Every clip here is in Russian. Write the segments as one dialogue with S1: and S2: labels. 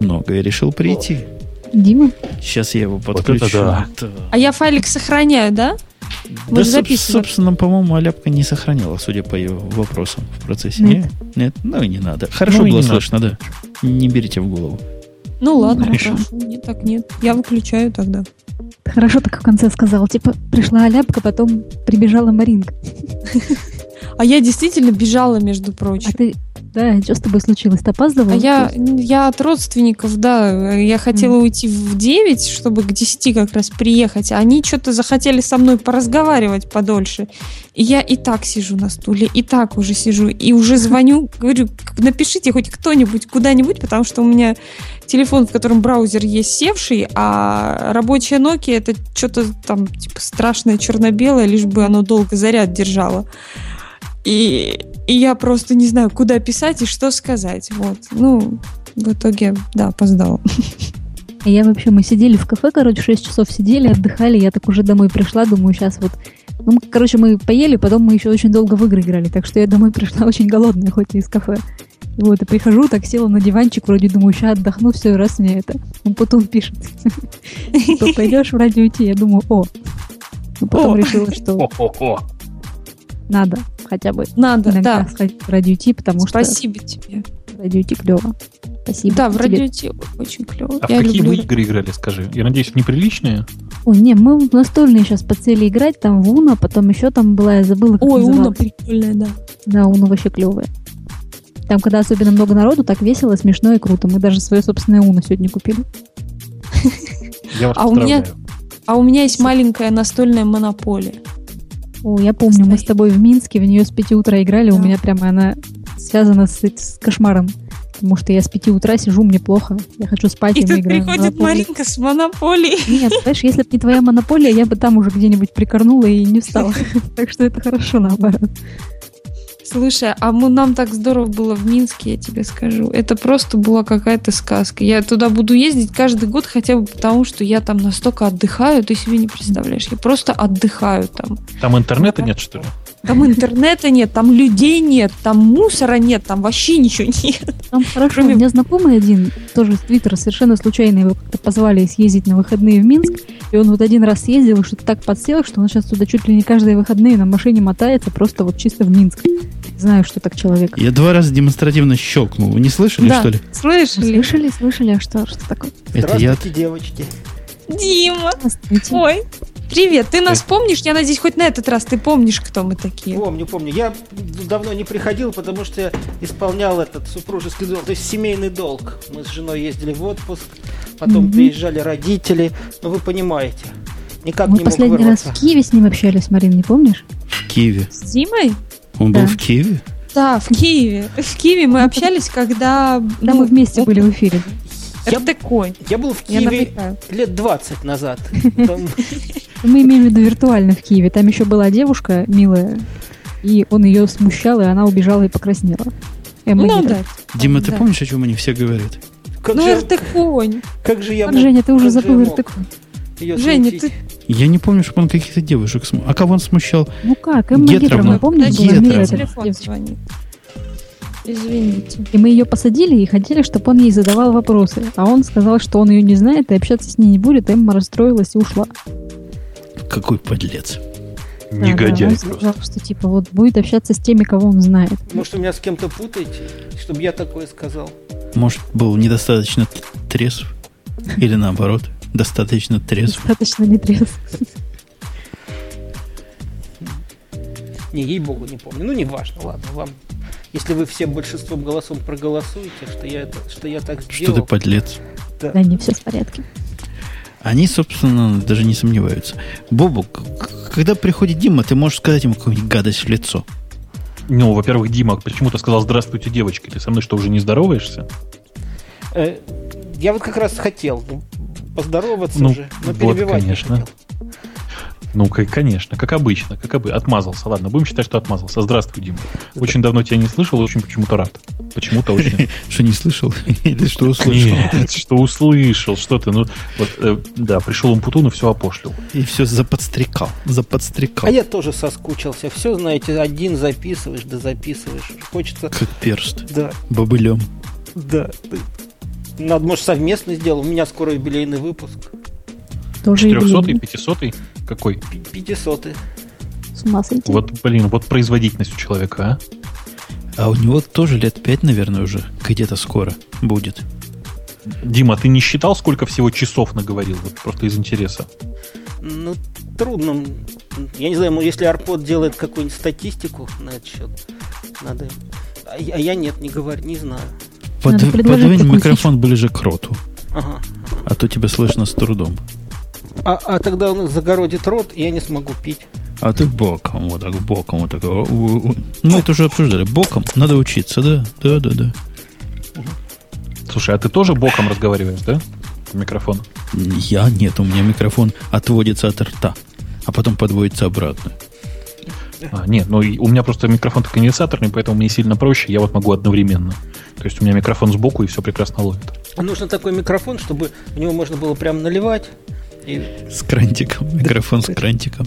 S1: много и решил прийти.
S2: Дима?
S1: Сейчас я его
S3: это
S1: подключу.
S3: да.
S2: А я файлик сохраняю, да? Вы
S1: Да,
S2: же
S1: соб-
S2: записывали.
S1: собственно, по-моему, Аляпка не сохранила, судя по ее вопросам в процессе.
S2: Нет.
S1: Нет, Нет? ну и не надо. Хорошо
S3: Ну и
S1: было
S3: не надо.
S1: слышно, да. Не берите в голову.
S2: Ну ладно,
S1: Хорошо.
S2: хорошо. Нет, так нет. Я выключаю тогда.
S4: Хорошо так в конце сказал. Типа, пришла Аляпка, потом прибежала Маринка.
S2: А я действительно бежала, между
S4: А
S2: прочим.
S4: ты... Да, что с тобой случилось? Ты опаздывала?
S2: А я, я от родственников, да, я хотела уйти в 9, чтобы к 10 как раз приехать. а Они что-то захотели со мной поразговаривать подольше. И я и так сижу на стуле, и так уже сижу, и уже звоню, говорю, «К- напишите хоть кто-нибудь куда-нибудь, потому что у меня телефон, в котором браузер есть севший, а рабочая Nokia это что-то там типа страшное черно-белое, лишь бы оно долго заряд держало. И, и я просто не знаю, куда писать и что сказать. Вот. Ну, в итоге, да, опоздала.
S4: А я вообще, мы сидели в кафе, короче, 6 часов сидели, отдыхали, я так уже домой пришла, думаю, сейчас вот... Ну, мы, короче, мы поели, потом мы еще очень долго в игры играли, так что я домой пришла очень голодная, хоть и из кафе. Вот, и прихожу, так села на диванчик, вроде думаю, сейчас отдохну, все, раз мне это. Он потом пишет, Типа, то пойдешь вроде уйти, я думаю, о. Но потом
S2: О.
S4: решила, что
S3: О-хо-хо.
S4: надо хотя бы
S2: Надо,
S4: иногда
S2: да.
S4: сходить в радио идти, потому что
S2: Спасибо тебе.
S4: радио идти клево. Спасибо
S2: да, в
S4: тебе.
S2: радиоте очень клево.
S3: А в
S2: я
S3: какие
S2: люблю.
S3: вы игры играли, скажи? Я надеюсь, в неприличные?
S4: Ой, не, мы в настольные сейчас по цели играть, там в Уна, потом еще там была, я забыла, как
S2: Ой, Уна
S4: называлась.
S2: прикольная, да.
S4: Да, Уна вообще клевая. Там, когда особенно много народу, так весело, смешно и круто. Мы даже свое собственное Уно сегодня купили.
S3: Я вас
S2: А у меня-
S3: поздравляю.
S2: А у меня есть маленькая настольная монополия.
S4: О, я помню, мы с
S2: Стоит.
S4: тобой в Минске в нее с 5 утра играли, у
S2: Да.
S4: меня прямо она связана с, с кошмаром. Потому что я с 5 утра сижу, мне плохо. Я хочу спать,
S2: И
S4: мы
S2: тут
S4: играем в
S2: приходит
S4: Монополию.
S2: Маринка с монополией.
S4: Нет, знаешь, если бы не твоя монополия, я бы там уже где-нибудь прикорнула и не встала. Так что это хорошо, наоборот.
S2: Слушай, а мы, нам так здорово было в Минске, я тебе скажу. Это просто была какая-то сказка. Я туда буду ездить каждый год хотя бы потому, что я там настолько отдыхаю, ты себе не представляешь. Я просто отдыхаю там.
S3: Там интернета нет, что ли?
S2: Там интернета нет, там людей нет, там мусора нет, там вообще ничего нет.
S4: Там хорошо.
S2: Кроме-
S4: У меня знакомый один, тоже с Твиттера, совершенно случайно его как-то позвали съездить на выходные в Минск. И он вот один раз съездил, и что-то так подсел, что он сейчас туда чуть ли не каждые выходные на машине мотается, просто вот чисто в Минск. Знаю, что так человек.
S1: Я два раза демонстративно щелкнул. Вы не слышали,
S2: Да.
S1: что ли?
S2: Слышали?
S4: Слышали, слышали, а что, что такое?
S1: Это я
S5: Здравствуйте, девочки.
S2: Дима,
S4: Здравствуйте.
S2: ой. Привет, ты
S5: Э.
S2: нас помнишь? Я надеюсь, хоть на этот раз ты помнишь, кто мы такие.
S5: Помню, помню. Я давно не приходил, потому что я исполнял этот супружеский долг, то есть семейный долг. Мы с женой ездили в отпуск, потом
S4: Мгм.
S5: приезжали родители. Ну, вы понимаете. Никак
S4: Мы
S5: не мог
S4: последний раз
S5: вырваться.
S4: в Киеве с ним общались, Марин, не помнишь?
S1: в Киеве.
S2: С Димой?
S1: Он
S4: Да.
S1: был в Киеве?
S2: Да, в Киеве. В Киеве мы общались, когда...
S4: Да, мы вместе были в эфире.
S5: Я,
S2: такой.
S5: я был в
S2: Я
S5: Киеве
S2: намекаю.
S5: лет 20 назад. Там
S4: Мы имеем в виду виртуально в Киеве. Там еще была девушка милая, и он ее смущал, и она убежала и покраснела. Эмма
S2: Ну
S4: Гидра.
S2: да.
S1: Дима, ты
S2: Да.
S1: помнишь, о чем они все говорят?
S5: Как,
S2: Ну,
S5: же,
S2: Эртеконь.
S5: как же я
S4: Как,
S5: мог
S4: Женя, ты уже
S5: как же
S4: забыл
S5: я мог?
S4: Иртыку.
S5: ее
S2: Женя,
S5: смутить?
S1: Я не помню, чтобы он каких-то девушек смущал. А кого он смущал?
S4: Ну как, Эмма
S1: Гетровна.
S4: Гидровна, помнишь,
S1: Подожди,
S4: была
S1: Гетровна.
S4: милая
S1: Нет,
S4: эта
S2: телефон
S4: девочка?
S2: звонит. Извините.
S4: И мы ее посадили и хотели, чтобы он ей задавал вопросы. А он сказал, что он ее не знает и общаться с ней не будет. Эмма расстроилась и ушла.
S1: Какой подлец.
S4: Да,
S3: Негодяй
S4: да, он
S3: просто.
S4: сказал, что типа вот будет общаться с теми, кого он знает.
S5: Может, вы меня с кем-то путаете, чтобы я такое сказал?
S1: Может, был недостаточно т- трезв? Или наоборот, достаточно трезв?
S4: Достаточно нетрезво.
S5: Не, ей-богу, не помню. Ну, неважно, ладно, вам. Если вы все большинством голосом проголосуете, что я, это, что я так
S1: Что
S5: сделал...
S1: ты подлец?
S5: да.
S4: Да, не все в порядке.
S1: Они, собственно, даже не сомневаются. Бобу, к- к- когда приходит Дима, ты можешь сказать ему какую-нибудь гадость в лицо.
S3: Ну, во-первых, Дима почему-то сказал «Здравствуйте, девочки». Ты со мной что, уже не здороваешься?
S5: Э, я вот как раз хотел ну, поздороваться
S3: Ну,
S5: уже, но
S3: вот,
S5: перебивать
S3: конечно.
S5: не хотел.
S3: Ну, к- конечно, как обычно, как обы- Отмазался, ладно, будем считать, что отмазался. Здравствуй, Дима. Очень давно тебя не слышал, очень почему-то рад. Почему-то очень.
S1: Что не слышал? Или что услышал?
S3: Нет, что услышал, что ты, ну, вот, э, да, пришел Умпутун и все опошлил.
S1: И все заподстрекал. Заподстрекал.
S5: А я тоже соскучился. Все, знаете, один записываешь, да записываешь. Хочется...
S1: Как перст.
S5: Да,
S1: Бобылем.
S5: да. Надо, может, совместно сделал. У меня скоро юбилейный выпуск.
S4: Тоже
S3: Трехсотый,
S4: юбилейный.
S3: пятисотый? Какой?
S5: Пи- 500
S4: С ума сойти.
S3: Вот, блин, вот производительность у человека, а?
S1: А у него тоже лет пять, наверное, уже где-то скоро будет.
S3: Дима, ты не считал, сколько всего часов наговорил? Вот просто из интереса.
S5: Ну, трудно. Я не знаю, ну, если Арпод делает какую-нибудь статистику на этот счет, надо... А я, а я нет, не говорю, не знаю.
S1: Под,
S4: Надо предложить
S1: подвинь
S4: такую
S1: микрофон ближе к роту,
S5: Ага.
S1: а то тебя слышно с трудом.
S5: А, а тогда он загородит рот, и я не смогу пить.
S1: А ты боком, вот так, боком, вот так. о, о, о. Мы это уже обсуждали. Боком надо учиться, да? Да, да, да.
S3: Слушай, а ты тоже боком разговариваешь, да? В микрофон.
S1: Я нет, у меня микрофон отводится от рта, а потом подводится обратно.
S3: А, нет, ну и у меня просто микрофон-то конденсаторный, поэтому мне сильно проще, я вот могу одновременно. То есть у меня микрофон сбоку и все прекрасно ловит.
S5: Нужно такой микрофон, чтобы в него можно было прям наливать. И
S1: С крантиком. Микрофон с крантиком.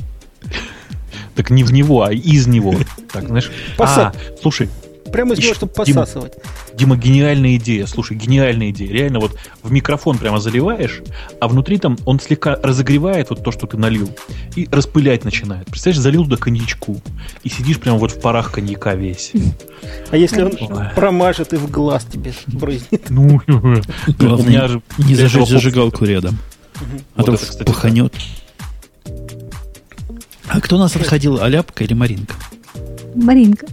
S3: Так не в него, а из него. Так, знаешь.
S5: Поса-
S3: А, слушай,
S5: прямо из него,
S3: Ещё,
S5: чтобы
S3: Дима.
S5: посасывать.
S3: Дима, гениальная идея. Слушай, гениальная идея. Реально, вот в микрофон прямо заливаешь, а внутри там он слегка разогревает вот то, что ты налил, и распылять начинает. Представляешь, залил до коньячку, и сидишь прямо вот в парах коньяка весь.
S5: А если он
S3: Ой.
S5: промажет и в глаз тебе брызнет?
S3: Ну, у меня
S1: Главное,
S3: же
S1: не
S3: для этого
S1: зажечь зажигалку рядом. А
S3: Вот
S1: то
S3: это, кстати,
S1: паханет. А кто нас отходил, Аляпка или Маринка?
S4: Маринка.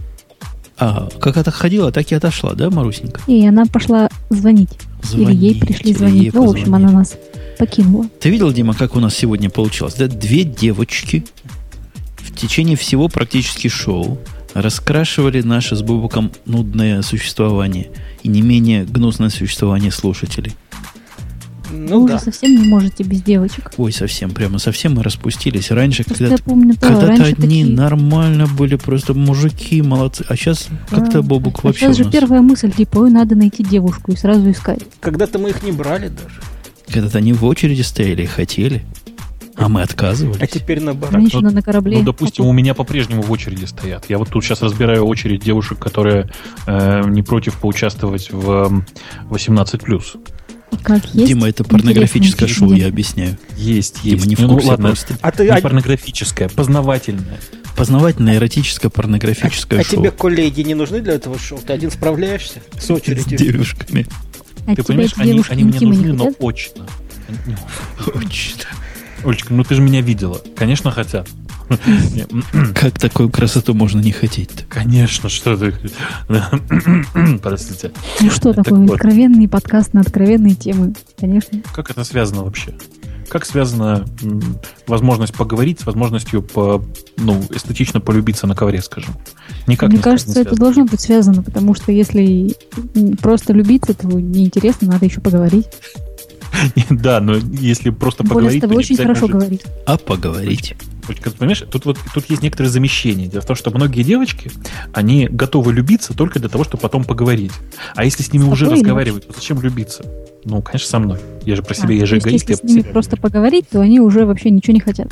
S1: А, как отходила, так и отошла, да, Марусенька?
S4: И она пошла звонить. или ей пришли
S1: или
S4: звонить.
S1: ей
S4: ну, в общем,
S1: позвонили.
S4: она нас покинула.
S1: Ты видел, Дима, как у нас сегодня получилось? Да, две девочки в течение всего практически шоу раскрашивали наше с Бубуком нудное существование и не менее гнусное существование слушателей.
S5: Ну
S4: Вы
S5: да.
S4: уже совсем не можете без девочек.
S1: Ой, совсем, прямо совсем мы распустились. Раньше,
S4: Просто
S1: когда
S4: я помню, да,
S1: когда-то
S4: раньше
S1: одни
S4: такие...
S1: нормально были, просто мужики молодцы. А сейчас как-то
S4: Да.
S1: Бобук
S4: А
S1: вообще
S4: Сейчас
S1: у
S4: же
S1: нас.
S4: первая мысль, типа, ой, надо найти девушку и сразу искать.
S5: Когда-то мы их не брали даже.
S1: Когда-то они в очереди стояли и хотели, а мы отказывались.
S5: А теперь наоборот.
S4: Женщина на корабле.
S3: Ну, допустим, у меня по-прежнему в очереди стоят. Я вот тут сейчас разбираю очередь девушек, которые э, не против поучаствовать в эм, 18+.
S4: Как есть?
S1: Дима, это порнографическое
S4: Интересный
S1: шоу, я
S4: инцидент.
S1: объясняю.
S3: Есть,
S1: Дима не в
S3: Ну,
S1: курсе
S3: ладно,
S1: просто.
S5: А ты
S3: не
S5: а-
S3: порнографическое, познавательное.
S1: Познавательное, эротическое, порнографическое
S5: а
S1: шоу.
S5: тебе коллеги не нужны для этого шоу? Ты один справляешься с
S1: с
S5: очередью.
S1: девушками.
S4: А
S3: Ты
S4: тебя
S3: понимаешь,
S4: эти
S3: они,
S4: девушки
S3: они мне
S4: интима не
S3: нужны, но
S4: хотят?
S3: очно. Они- не,
S1: Очень.
S3: Олечка, ну ты же меня видела. Конечно, хотят. Не, м-м,
S1: Хм, Как такую красоту можно не хотеть-то?
S3: Конечно, что ты... Простите.
S4: Ну что
S3: Так
S4: такое,
S3: вот.
S4: откровенный подкаст на откровенные темы, конечно.
S3: Как это связано вообще? Как связана м, возможность поговорить с возможностью по, ну, эстетично полюбиться на ковре, скажем? Никак
S4: Мне
S3: не
S4: кажется,
S3: связано.
S4: это должно быть связано, потому что если м, просто любиться, то неинтересно, надо еще поговорить.
S3: Да, но если просто
S4: Более с
S3: поговорить... то
S4: тобой
S3: не
S4: очень
S3: обязательно
S4: хорошо
S3: же-
S4: говорить.
S1: А поговорить.
S3: Вот, как ты понимаешь, тут вот тут есть некоторые замещения. Дело в том, что многие девочки, они готовы любиться только для того, чтобы потом поговорить. А если с ними
S4: С
S3: уже
S4: тобой или
S3: разговаривать, то зачем любиться? Ну, конечно, со мной. Я же про себя,
S4: А,
S3: я
S4: то
S3: же
S4: есть,
S3: эгоист.
S4: если
S3: я
S4: с
S3: про
S4: ними
S3: себя
S4: просто
S3: люблю.
S4: поговорить, то они уже вообще ничего не хотят.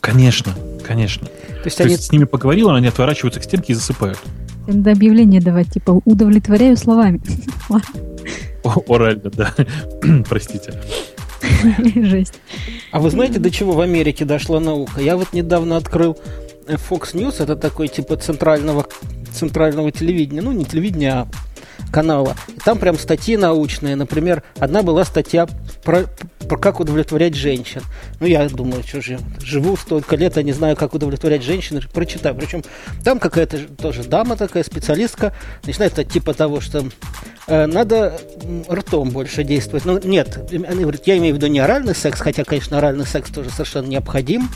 S3: Конечно, конечно.
S5: То есть
S3: То
S5: они
S3: есть с ними поговорила, они отворачиваются к стенке и засыпают.
S4: Надо объявление давать, типа, удовлетворяю словами.
S3: О- Орально, да. Простите.
S4: Жесть.
S5: А вы знаете, до чего в Америке дошла наука? Я вот недавно открыл э, Fox News, это такой типа центрального, центрального телевидения, ну не телевидения, а канала. И там прям статьи научные, например, одна была статья про, про как удовлетворять женщин. Ну я думаю, что же, я живу столько лет, я не знаю, как удовлетворять женщин, прочитаю. Причем там какая-то ж- тоже дама такая, специалистка, начинает от типа того, что э, надо м, ртом больше действовать. Ну, нет, им- она говорит, я имею в виду не оральный секс, хотя, конечно, оральный секс тоже совершенно необходим,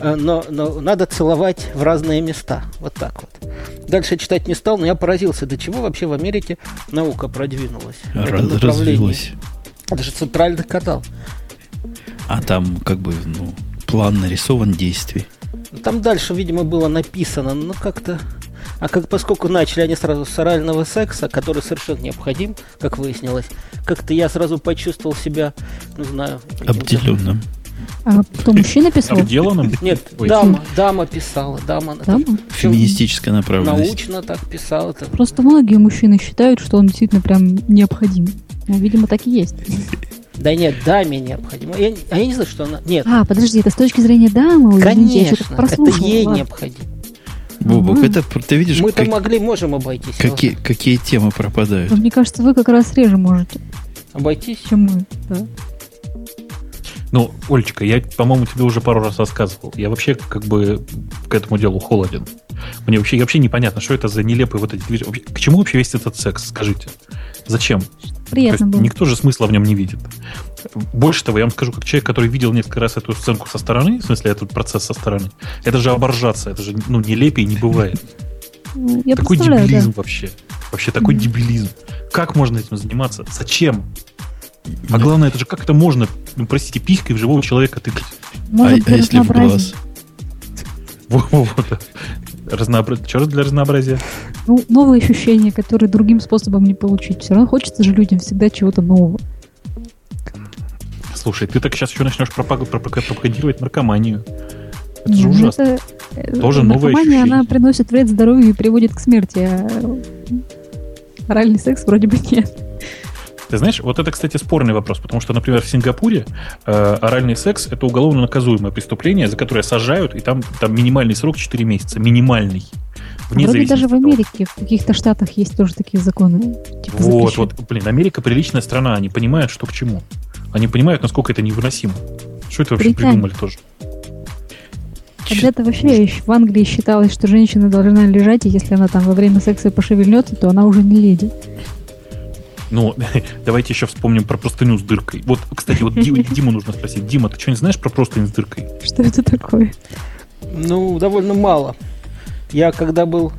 S5: э, но, но надо целовать в разные места. Вот так вот. Дальше я читать не стал, но я поразился, до чего вообще в Америке наука продвинулась. в этом
S1: Раз-
S5: направлении.
S1: развелось.
S5: Это же центральный канал.
S1: А там как бы, ну, план нарисован действий.
S5: Там дальше, видимо, было написано, ну как-то... А как, поскольку начали они сразу с орального секса, который совершенно необходим, как выяснилось, как-то я сразу почувствовал себя, ну знаю... каким-то-
S1: Обделенным.
S4: А кто мужчина писал?
S3: Обделанным?
S5: Нет,
S3: Ой.
S5: дама, дама писала, дама. она
S4: Да?
S5: так всё
S1: Феминистическая направленность.
S5: Научно так писала. там.
S4: Просто многие мужчины считают, что он действительно прям необходим. Ну, видимо, так и есть.
S5: Да нет, даме необходимо. Я, не- а я не знаю, что она... Нет,
S4: А, подожди, это с точки зрения дамы, А, извините, я
S5: конечно,
S4: что-то
S5: это
S4: прослушала.
S5: ей
S4: ладно.
S5: необходимо. ну,
S1: Бобок,
S4: Ага.
S1: это пр- ты видишь,
S5: Мы-то
S1: как-
S5: могли, можем обойтись.
S1: какие, какие темы пропадают.
S4: Ну, Мне кажется, вы как раз реже можете,
S5: Обойтись?
S4: чем мы. Да.
S3: Ну, Олечка, я, по-моему, тебе уже пару раз рассказывал. Я вообще как бы к этому делу холоден. Мне вообще, вообще непонятно, что это за нелепые вот эти движения. Вообще, К чему вообще весь этот секс, скажите? Зачем?
S4: Приятно
S3: То есть
S4: было.
S3: Никто же смысла в нем не видит. Больше того, я вам скажу, как человек, который видел несколько раз эту сценку со стороны, в смысле, этот процесс со стороны, это же оборжаться, это же ну, нелепее не бывает.
S4: Ну, Я
S3: такой
S4: представляю, да.
S3: дебилизм вообще. Вообще такой
S4: Мгм.
S3: дебилизм. Как можно этим заниматься? Зачем? А
S1: Нет.
S3: главное, это же как это можно, ну, простите, писькой в живого человека тыкать?
S1: А,
S4: Может,
S1: а
S4: для
S1: если в
S4: разнообразия.
S1: глаз?
S3: Во-во-во, да. Разнообра- Чё раз для разнообразия.
S4: Ну, новые ощущения, которые другим способом не получить. Все равно хочется же людям всегда чего-то нового.
S3: Слушай, ты так сейчас еще начнешь пропаг- пропаг- пропагандировать наркоманию. Это же
S4: Ну,
S3: ужасно.
S4: это, э,
S3: Тоже новое
S4: наркомания,
S3: ощущение.
S4: она приносит вред здоровью и приводит к смерти, а оральный секс вроде бы нет.
S3: Ты знаешь, вот это, кстати, спорный вопрос, потому что, например, в Сингапуре э, оральный секс это уголовно наказуемое преступление, за которое сажают, и там, там минимальный срок 4 месяца. Минимальный. Вне
S4: вроде
S3: зависимости
S4: даже
S3: от
S4: в
S3: того,
S4: Америке, в каких-то штатах есть тоже такие законы. Типа
S3: Вот,
S4: запрещают.
S3: вот, блин, Америка приличная страна, они понимают, что к чему. Они понимают, насколько это невыносимо. Что это вообще
S4: Британия.
S3: придумали тоже?
S4: Когда-то вообще еще в Англии считалось, что женщина должна лежать, и если она там во время секса пошевельнется, то она уже не леди.
S3: Ну, давайте еще вспомним про простыню с дыркой. Вот, кстати, вот Ди- Диму нужно спросить. Дима, ты что-нибудь знаешь про простыню с дыркой?
S4: Что это такое?
S5: Ну, довольно мало. Я когда был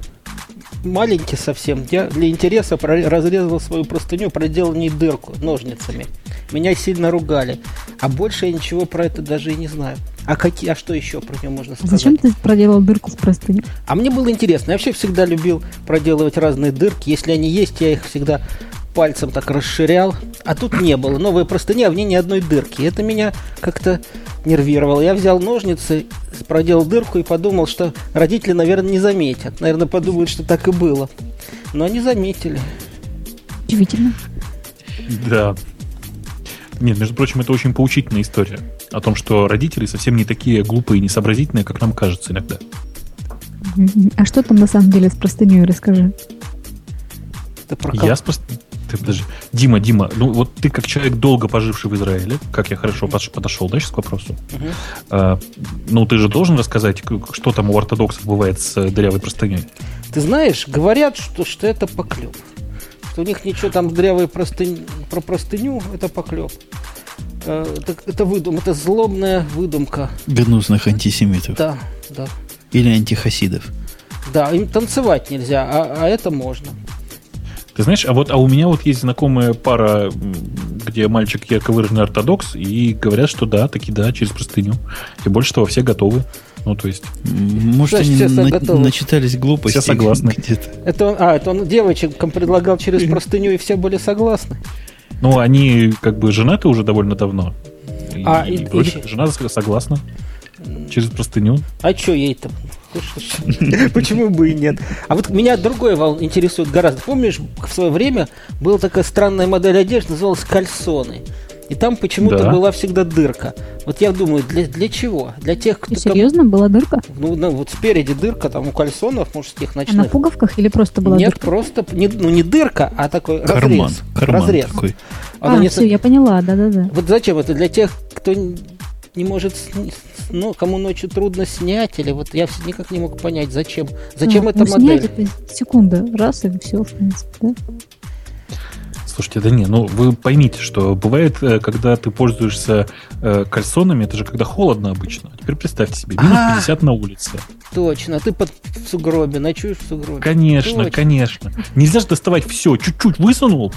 S5: маленький совсем, я для интереса про- разрезал свою простыню, проделал в ней дырку ножницами. Меня сильно ругали. А больше я ничего про это даже и не знаю. А, какие, а что еще про нее можно сказать?
S4: Зачем ты проделал дырку в простыне?
S5: А мне было интересно. Я вообще всегда любил проделывать разные дырки. Если они есть, я их всегда пальцем так расширял. А тут не было. Новая простыня, а в ней ни одной дырки. Это меня как-то нервировало. Я взял ножницы, проделал дырку и подумал, что родители, наверное, не заметят. Наверное, подумают, что так и было. Но они заметили.
S4: Удивительно.
S3: Да. Нет, между прочим, это очень поучительная история. О том, что родители совсем не такие глупые и несообразительные, как нам кажется иногда.
S4: Мгм. А что там на самом деле с простыней, расскажи.
S5: Это про кого?
S3: Я спрос- Ты подожди. Дима, Дима, ну вот ты как человек, долго поживший в Израиле, как я хорошо подш- подошел, да, сейчас к вопросу?
S5: Мгм.
S3: А, ну, ты же должен рассказать, к- что там у ортодоксов бывает с э, дырявой простыней.
S5: Ты знаешь, говорят, что, что это поклеп. Что у них ничего там дрявые простынь, про простыню, это поклеп. Э, Это, это выдум, это злобная выдумка.
S1: Гнусных антисемитов.
S5: Да, да.
S1: Или антихасидов.
S5: Да, им танцевать нельзя, а, а это можно.
S3: Ты знаешь, а вот а у меня вот есть знакомая пара, м, где мальчик ярко выраженный ортодокс, и говорят, что да, таки да, через простыню. И больше того, все готовы. Ну, то есть,
S1: М, Может,
S5: Значит,
S1: они
S5: все
S1: на-
S5: готовы.
S1: начитались глупостей
S3: Все согласны.
S1: где-то.
S5: Это он, а, это он девочкам предлагал через простыню, и все были согласны.
S3: ну, они как бы женаты уже довольно давно. И,
S5: А,
S3: и
S5: и-
S3: вроде
S5: и-
S3: как жена согласна. Через простыню.
S5: А что ей там? Почему бы и нет? А вот меня другое волн- интересует гораздо. Помнишь, в свое время была такая странная модель одежды, называлась кальсоны. И там почему-то
S3: Да.
S5: была всегда дырка. Вот я думаю, для, для чего? Для тех, кто...
S4: Ты
S5: кому-
S4: серьезно? Была дырка?
S5: Ну, ну, вот спереди дырка там у кальсонов мужских
S4: А на
S5: ночных.
S4: пуговках или просто была
S5: Нет,
S4: дырка?
S5: просто п- не, ну не дырка, а такой
S1: Карман.
S5: разрез.
S1: Карман
S5: разрез.
S1: такой.
S5: Она
S4: а,
S5: не-
S4: все, я поняла, да-да-да.
S5: Вот зачем это для тех, кто н- не может, сни- с- ну, кому ночью трудно снять, или вот я вс- никак не мог понять, зачем, зачем
S4: А,
S5: эта
S4: ну,
S5: модель.
S4: Снять это секунда, раз и все, в принципе, да?
S3: Слушайте, да не, ну вы поймите, что бывает, э, когда ты пользуешься э, кальсонами, это же когда холодно обычно. А Теперь представьте себе, минус
S5: А.
S3: 50 на улице.
S5: Точно, ты под в сугробе, ночуешь в сугробе.
S3: Конечно,
S5: Точно.
S3: конечно. Нельзя же доставать все, чуть-чуть высунул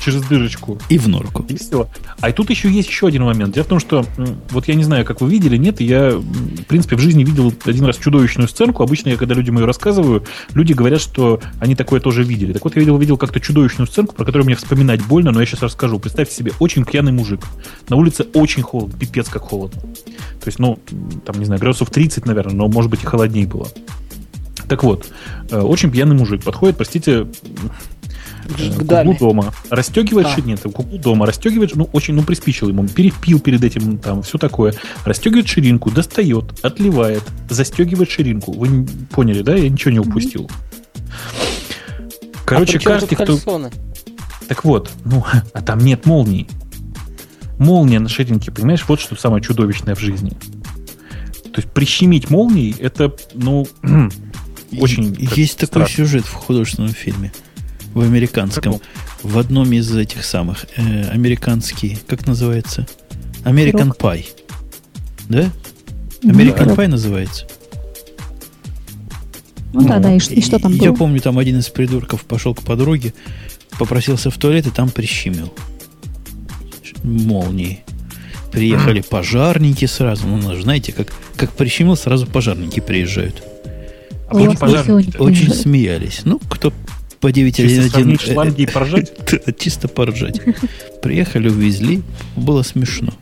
S3: через дырочку.
S1: И в норку.
S3: И все. А и тут еще есть еще один момент. Дело в том, что м, вот я не знаю, как вы видели, нет, я, м, в принципе, в жизни видел один раз чудовищную сценку. Обычно я, когда людям ее рассказываю, люди говорят, что они такое тоже видели. Так вот, я видел, видел как-то чудовищную сценку, про которую мне вспоминать больно, но я сейчас расскажу. Представьте себе, очень пьяный мужик. На улице очень холодно, пипец как холодно. То есть, ну, м, там, не знаю, градусов 30, наверное, но, может быть, и холоднее было. Так вот, э, очень пьяный мужик подходит, простите, м,
S5: Ж-
S3: Э,
S5: даме.
S3: Куклу дома. Расстегиваешь
S5: А.
S3: ши- нет, куклу дома, расстегиваешь, ну, очень, ну, приспичил ему, перепил перед этим, там, все такое. Расстегивает ширинку, достает, отливает, застегивает ширинку. Вы не- поняли, да? Я ничего не упустил. Короче,
S5: а при чем
S3: каждый,
S5: тут
S3: кто...
S5: кальсоны?
S3: Так вот, ну, а там нет молний. Молния на ширинке, понимаешь, вот что самое чудовищное в жизни. То есть прищемить молнией, это, ну, Очень
S1: И-
S3: как
S1: Есть такой
S3: страшно.
S1: сюжет в художественном фильме. В американском. В одном из этих самых. э, американский. Как называется? American Pie. Да? American Pie называется.
S4: Ну да, да, и, ш- и что там
S1: Я
S4: было?
S1: помню, там один из придурков пошел к подруге, попросился в туалет и там прищемил. Ш- Молнии. Приехали пожарники сразу. Ну, ну, знаете, как, как прищемил, сразу пожарники приезжают.
S3: а вот
S4: Ой,
S3: пожарники-то.
S4: ой, ой.
S1: Очень смеялись. Ну, кто по
S3: Чисто сравнить
S1: 911...
S3: шланги и поржать.
S1: Да, чисто поржать. Приехали, увезли, было смешно.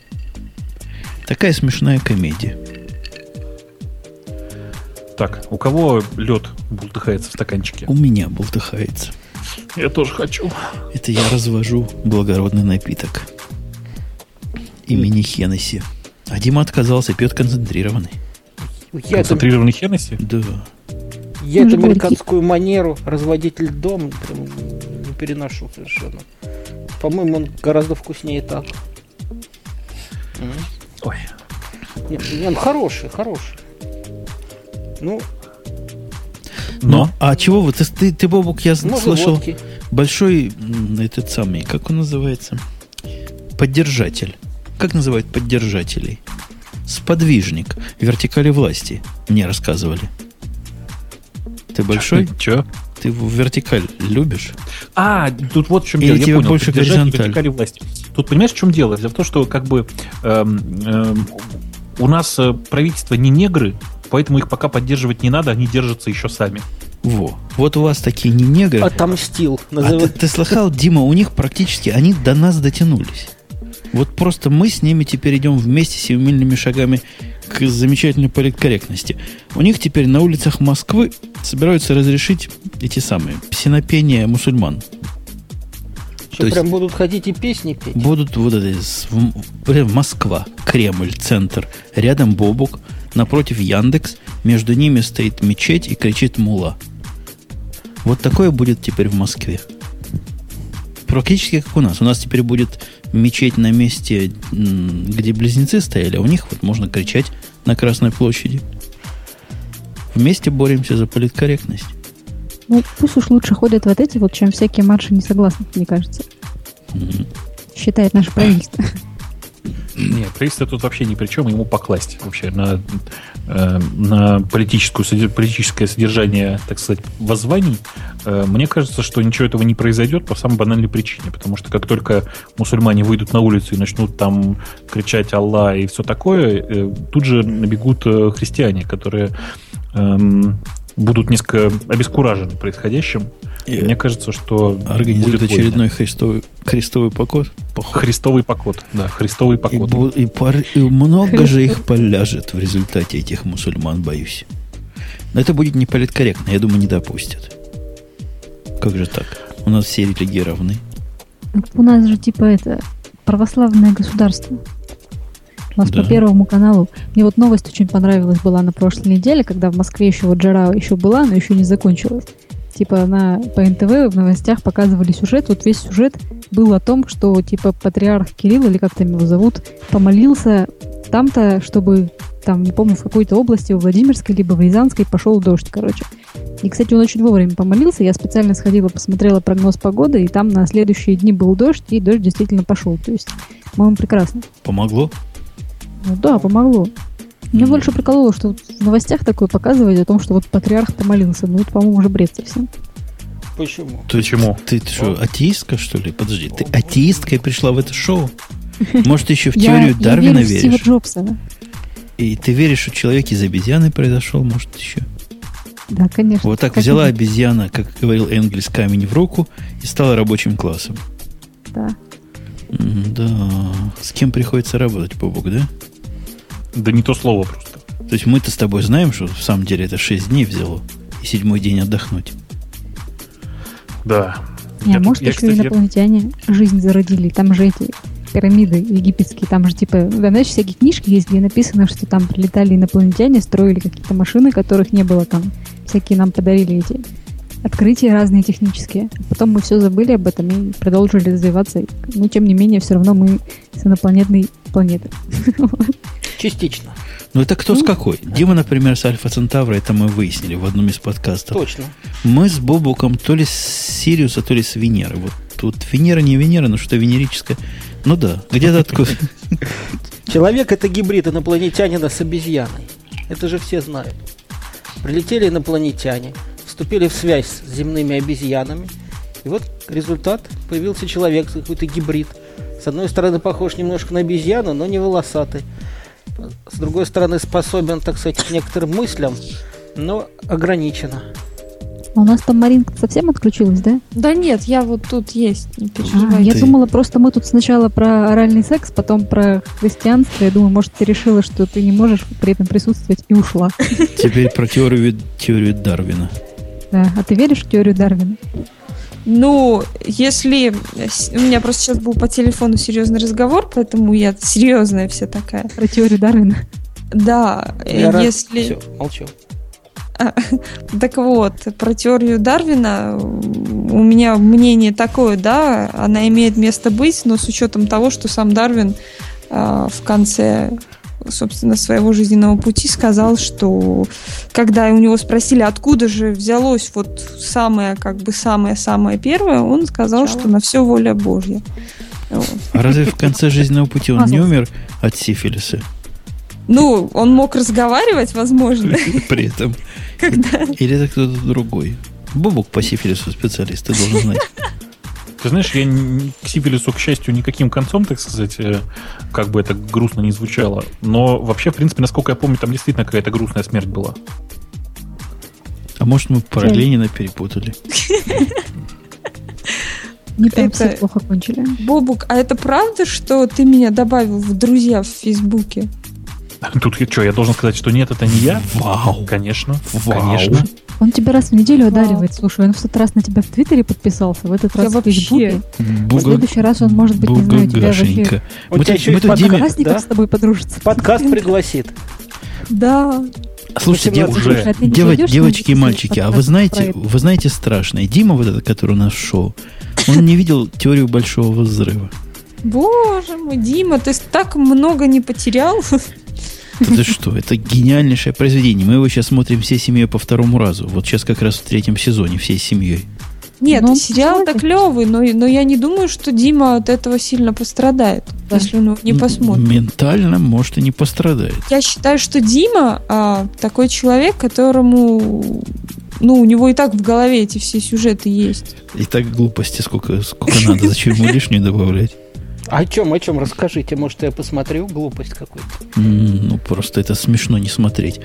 S1: Такая смешная комедия.
S3: Так, у кого лед бултыхается в стаканчике?
S1: У меня бултыхается.
S3: Я тоже хочу.
S1: Это я развожу благородный напиток. Имени Хеннесси. А Дима отказался, пьет концентрированный.
S5: Я эту,
S3: Концентрированный Хеннесси?
S1: Да.
S5: я
S4: Он
S5: эту
S4: же горький.
S5: американскую манеру разводить льдом прям не переношу совершенно. По-моему, он гораздо вкуснее так. М.
S3: Ой.
S5: Нет, он хороший, хороший. Ну,
S1: Но.
S3: Но.
S1: а чего вы? Ты, ты, ты, Бобук, я
S5: может,
S1: слышал
S5: Ну, водки.
S1: большой м, этот самый, как он называется? Поддержатель. Как называют поддержателей? Сподвижник. Вертикали власти. Мне рассказывали. Ты большой?
S3: Че?
S1: Ты в вертикаль любишь?
S3: А, тут вот в чем
S1: Или
S3: дело. Я
S1: тебе
S3: понял.
S1: больше
S3: Поддержать
S1: горизонталь?
S3: вертикали власти. Тут понимаешь, в чем дело? Дело в том, что как бы эм, эм, у нас э, правительство не негры, поэтому их пока поддерживать не надо, они держатся еще сами.
S1: Во. Вот у вас такие не негры.
S5: Отомстил,
S1: Э, А ты,
S5: называют.
S1: ты слыхал, Дима, у них практически они до нас дотянулись. Вот просто мы с ними теперь идем вместе семимильными шагами к замечательной политкорректности. У них теперь на улицах Москвы собираются разрешить эти самые псинопения мусульман.
S5: Что,
S1: то есть-
S5: прям будут ходить и песни петь.
S1: Будут вот это, с- в- прям Москва, Кремль, центр, рядом Бобук, напротив Яндекс, между ними стоит мечеть и кричит мула. Вот такое будет теперь в Москве. Практически как у нас. У нас теперь будет мечеть на месте, м, где близнецы стояли, а у них вот можно кричать на Красной площади. Вместе боремся за политкорректность.
S4: Ну, пусть уж лучше ходят вот эти вот, чем всякие марши несогласных, мне кажется.
S1: М.
S4: Считает наше правительство.
S3: Нет, правительство тут вообще ни при чем, ему покласть вообще на, э, на политическую, содер- политическое содержание, так сказать, воззваний. Э, Мне кажется, что ничего этого не произойдет по самой банальной причине, потому что как только мусульмане выйдут на улицу и начнут там кричать Аллах и все такое, э, тут же набегут э, христиане, которые эм, будут несколько обескуражены происходящим. И мне кажется, что
S1: Организуют
S3: будет война.
S1: очередной христовый, крестовый поход. поход.
S3: Христовый поход, да, христовый
S1: И,
S3: поход.
S1: бу- и пар- и много же их поляжет в результате этих мусульман, боюсь. Но это будет не политкорректно, я думаю, не допустят. Как же так? У нас все религии равны.
S4: Так У нас же типа это православное государство. У нас
S1: Да.
S4: по Первому каналу. Мне вот новость очень понравилась была на прошлой неделе, когда в Москве еще вот жара еще была, но еще не закончилась. Типа на по НТВ в новостях показывали сюжет. Вот весь сюжет был о том, что типа патриарх Кирилл или как там его зовут, помолился там-то, чтобы там, не помню, в какой-то области, у Владимирской, либо в Рязанской пошел дождь, короче. И, кстати, он очень вовремя помолился. Я специально сходила, посмотрела прогноз погоды, и там на следующие дни был дождь, и дождь действительно пошел. То есть, по-моему, прекрасно.
S1: Помогло?
S4: Ну да, помогло. Мне
S1: Мгм.
S4: больше прикололо, что вот в новостях такое показывают о том, что вот патриарх помолился. Ну, это, по-моему, уже бред совсем.
S5: Почему?
S1: То есть
S3: Почему?
S1: Ты, ты что, атеистка, что ли? Подожди, ты атеисткой пришла в это шоу? Может, ты еще в
S4: Я-
S1: теорию
S4: я
S1: Дарвина
S4: верю в Стива
S1: веришь?
S4: Джобса.
S1: И ты веришь, что человек из обезьяны произошел, может, еще?
S4: Да, конечно.
S1: Вот так
S4: Как
S1: взяла
S4: и-
S1: обезьяна, как говорил Энгельс, камень в руку и стала рабочим классом.
S4: Да.
S1: М, Да. С кем приходится работать, Бобок, да?
S3: Да не то слово просто.
S1: То есть мы-то с тобой знаем, что в самом деле это 6 дней взяло. И седьмой день отдохнуть.
S3: Да.
S4: Не,
S3: Я
S4: а
S3: тут-
S4: может,
S3: я,
S4: еще
S3: кстати, я-
S4: инопланетяне жизнь зародили. Там же эти пирамиды египетские, там же типа, да, знаешь, всякие книжки есть, где написано, что там прилетали инопланетяне, строили какие-то машины, которых не было там. Всякие нам подарили эти открытия разные технические. Потом мы все забыли об этом и продолжили развиваться. Но, тем не менее, все равно мы с инопланетной планеты.
S5: Частично.
S1: Ну это кто с
S4: Ну.
S1: какой? Дима, например, с Альфа Центавра, это мы выяснили в одном из подкастов.
S5: Точно.
S1: Мы с Бобуком то ли с Сириуса, то ли с Венеры. Вот тут Венера, не Венера, но что-то венерическое. Ну да, где-то откуда.
S5: Человек это гибрид инопланетянина с обезьяной. Это же все знают. Прилетели инопланетяне, вступили в связь с земными обезьянами. И вот результат. Появился человек, какой-то гибрид. С одной стороны, похож немножко на обезьяну, но не волосатый. С другой стороны, способен, так сказать, к некоторым мыслям, но ограничено.
S4: А у нас там Маринка совсем отключилась, да?
S2: Да нет, я вот тут есть, не
S4: А,
S2: переживайте.
S4: я
S1: Ты.
S4: думала, просто мы тут сначала про оральный секс, потом про христианство. Я думаю, может, ты решила, что ты не можешь при этом присутствовать и ушла.
S1: Теперь про теорию, теорию Дарвина.
S4: Да. А ты веришь в теорию Дарвина?
S2: Ну, если... с- У меня просто сейчас был по телефону серьезный разговор, поэтому я серьезная вся такая.
S4: Про теорию Дарвина?
S2: Да,
S5: Я раз-
S2: Э, если...
S5: Всё, молчу.
S2: Так вот, про теорию Дарвина э, у меня мнение такое, да, она имеет место быть, но с учетом того, что сам Дарвин э, в конце собственно, своего жизненного пути сказал, что когда у него спросили, откуда же взялось вот самое, как бы самое-самое первое, он сказал,
S4: Начало.
S2: что на все воля Божья. Вот.
S1: А разве в конце жизненного пути он не
S4: Мазался.
S1: умер от сифилиса
S2: Ну, он мог разговаривать, возможно,
S1: при этом?
S2: когда...
S1: Или это кто-то другой? Бобук по сифилису специалист, ты должен знать.
S3: Ты знаешь, я н- к сифилису, к счастью, никаким концом, так сказать, э, как бы это грустно не звучало. Но вообще, в принципе, насколько я помню, там действительно какая-то грустная смерть была.
S1: А может, мы про
S4: Жаль.
S1: Ленина перепутали?
S4: Не прям
S2: Ну, Это-
S4: все плохо кончили.
S2: Бобук, а это правда, что ты меня добавил в друзья в Фейсбуке?
S3: Тут я- что, я должен сказать, что нет, это не я?
S1: Вау!
S3: Конечно.
S1: Вау.
S3: Конечно.
S4: Он тебя раз в неделю
S2: Вау.
S4: одаривает. Слушай, он в тот раз на тебя в Твиттере подписался, в этот
S2: Я
S4: раз в
S2: вообще-
S4: Фейсбуке. В
S1: Буга,
S4: следующий раз он, может быть, не знаю, тебя вообще
S1: Бугашенька. Мы
S5: тебя
S1: тут-
S5: еще и
S1: мы тут
S5: под-
S1: Диме-
S4: одноклассников
S5: Да?
S4: с тобой подружится.
S5: Подкаст пригласит.
S2: Да.
S1: Слушайте, дев-
S5: 18
S3: уже.
S4: Слушай, а ты не
S1: Дева-
S4: зайдешь
S1: девочки и
S4: на
S1: мальчики, а вы
S4: подкаст
S1: знаете,
S4: про это?
S1: вы знаете страшное. Дима, вот этот, который у нас в шоу, он не видел теорию большого взрыва.
S2: Боже мой, Дима, ты так много не потерял.
S1: Это что? Это гениальнейшее произведение. Мы его сейчас смотрим всей семьей по второму разу. Вот сейчас как раз в третьем сезоне всей семьей.
S2: Нет,
S4: Ну,
S2: сериал-то
S4: человек.
S2: клевый, но, но я не думаю, что Дима от этого сильно пострадает,
S4: Да.
S2: если он его не
S1: М-
S2: посмотрит.
S1: Ментально, может, и не пострадает.
S2: Я считаю, что Дима а, такой человек, которому... Ну, у него и так в голове эти все сюжеты есть.
S1: И так глупости сколько, сколько надо. Зачем ему лишнее добавлять?
S5: О чем, о чем? Расскажите, может, я посмотрю глупость какую-то.
S1: М, Ну, просто это смешно не смотреть.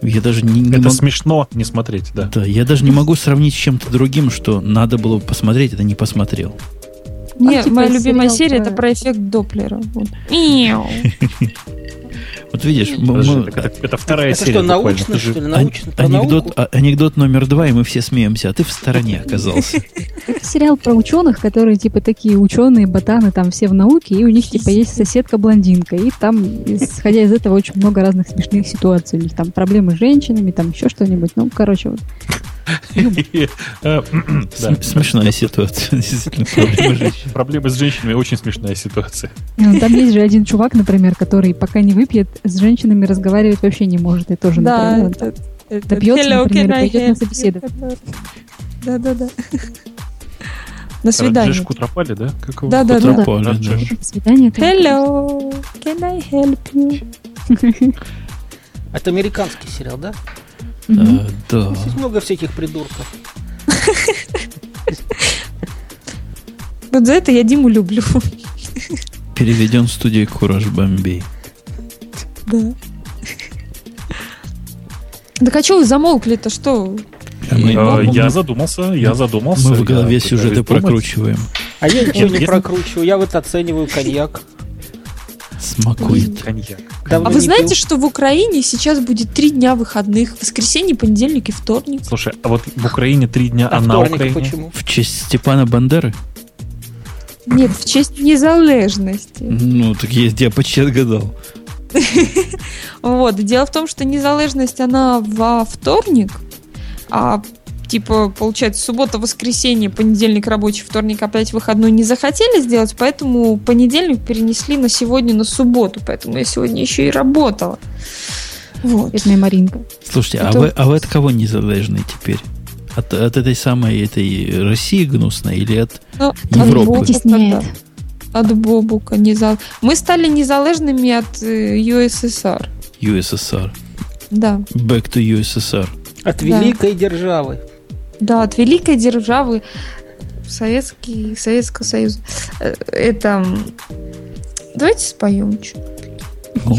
S1: Я даже не, не
S3: Это
S1: мог-
S3: смешно не смотреть, да.
S1: Ну, Да, я даже не могу сравнить с чем-то другим, что надо было бы посмотреть, это не посмотрел.
S2: Не,
S4: типа,
S2: моя любимая
S4: сериал
S2: серия
S4: про-
S2: это про эффект Доплера. Вот. Мяу.
S1: Вот видишь, мы- мы-
S3: Подожди, так это, это вторая
S5: Это
S3: серия.
S5: что,
S3: буквально.
S5: научно,
S3: Ты же-
S5: что ли?
S1: ан-
S5: Научно? Про
S1: анекдот,
S5: науку?
S1: а- анекдот номер два, и мы все смеемся, а ты в стороне оказался.
S4: Это сериал про ученых, которые типа такие ученые, ботаны, там все в науке, и у них типа есть соседка блондинка, и там, исходя из этого, очень много разных смешных ситуаций, или там проблемы с женщинами, там еще что-нибудь, ну, короче, вот.
S3: Э, да.
S1: См- Смешная ситуация, действительно, проблема жизни.
S3: Проблемы с женщинами очень смешная ситуация.
S4: Ну, Там есть же один чувак, например, который пока не выпьет, с женщинами разговаривать вообще не может, и тоже,
S2: Да,
S4: например, он
S2: это- это-
S4: добьется,
S2: Hello,
S4: например,
S2: can I
S4: пойдет на
S2: help you?
S4: собеседование.
S2: Да-да-да. До свидания.
S3: Джешку тропали, да? Как его?
S2: Да-да-да.
S1: Потрапали,
S3: Да,
S1: да.
S3: Джош.
S4: там, «До свидания. там».
S2: Hello, can I help you?
S5: Это американский сериал, да?
S4: Мгм.
S3: Ну.
S1: Э, Да.
S5: Здесь много всяких придурков.
S2: Вот за это я Диму люблю.
S1: Переведен в студии Кураж Бомбей.
S2: Да. Так а что вы замолкли-то, что?
S1: А мы-
S3: Э, Я
S1: мы-
S3: задумался, я
S1: мы-
S3: задумался.
S1: Мы в голове
S3: я
S1: сюжеты
S3: пытаюсь думать.
S1: прокручиваем.
S5: А я ничего не
S3: Нет,
S5: прокручиваю, я вот оцениваю коньяк.
S1: Смакует.
S3: Коньяк.
S2: А
S5: Давно
S2: вы
S5: не
S2: знаете,
S5: пил.
S2: что в Украине сейчас будет три дня выходных? Воскресенье, понедельник и вторник.
S3: Слушай, а вот в Украине три дня, а,
S5: А
S3: на
S5: вторника
S3: Украине?
S5: почему?
S1: В честь Степана Бандеры?
S2: Нет, в честь незалежности.
S1: Ну, так я, я почти отгадал.
S2: Вот. Дело в том, что незалежность, она во вторник, а типа, получается, суббота, воскресенье, понедельник рабочий, вторник опять выходной не захотели сделать, поэтому понедельник перенесли на сегодня, на субботу, поэтому я сегодня еще и работала. Вот.
S4: Бедная Маринка.
S1: Слушайте, а
S2: Это-
S1: вы, а вы от кого незалежны теперь? От, от этой самой этой России гнусной или от...
S2: Ну,
S1: Европы.
S2: от
S4: Тесняет.
S2: Бобука, да. От Бобука. незал- Мы стали незалежными от э, USSR.
S1: USSR.
S2: Да.
S1: Back to USSR.
S5: От
S2: Да.
S5: великой державы.
S2: Да, от великой державы Советский, Советского Союза. Э, Это... м, Давайте споем. чё.
S1: О,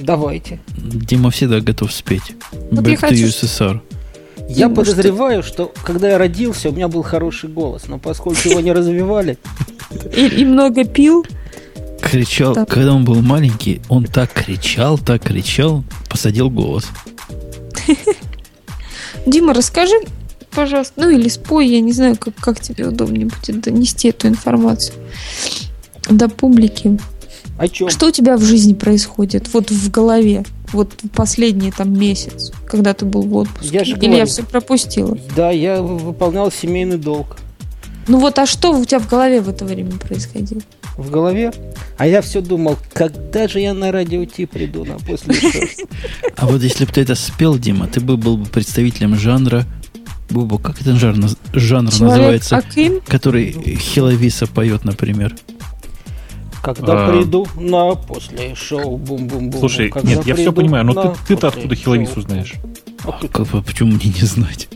S5: Давайте.
S1: Дима всегда готов спеть.
S2: Вот я
S1: Back to
S2: хочу-
S1: USSR.
S5: Я
S2: Ну,
S5: подозреваю, что когда я родился, у меня был хороший голос, но поскольку его не развивали,
S2: И, и много пил.
S1: Кричал,
S2: Так.
S1: когда он был маленький, он так кричал, так кричал, посадил голос.
S2: Дима, расскажи, пожалуйста, ну или спой, я не знаю, как, как тебе удобнее будет донести эту информацию до публики.
S5: о чем?
S2: Что у тебя в жизни происходит? Вот в голове, вот в последний там месяц, когда ты был в отпуске.
S5: Я же
S2: Или я
S5: говорю.
S2: все пропустила?
S5: Да, я в- выполнял семейный долг.
S2: Ну вот, а что у тебя в голове в это время происходило?
S5: В голове. А я все думал, когда же я на радио Ти приду на после шоу?
S1: А вот если бы ты это спел, Дима, ты бы был бы представителем жанра... Бубу, как этот жанр, наз- жанр называется?
S2: Аким?
S1: Который Хиловиса поет, например.
S5: Когда
S3: А.
S5: приду на после шоу, бум-бум-бум.
S3: Слушай,
S5: Когда
S3: нет, я все
S5: приду
S3: знаешь,
S5: Ну, на
S3: но ты, ты-то
S5: после
S3: откуда Хиловису
S5: шоу.
S3: знаешь?
S5: Ах, ты
S1: Как- Почему мне не знать?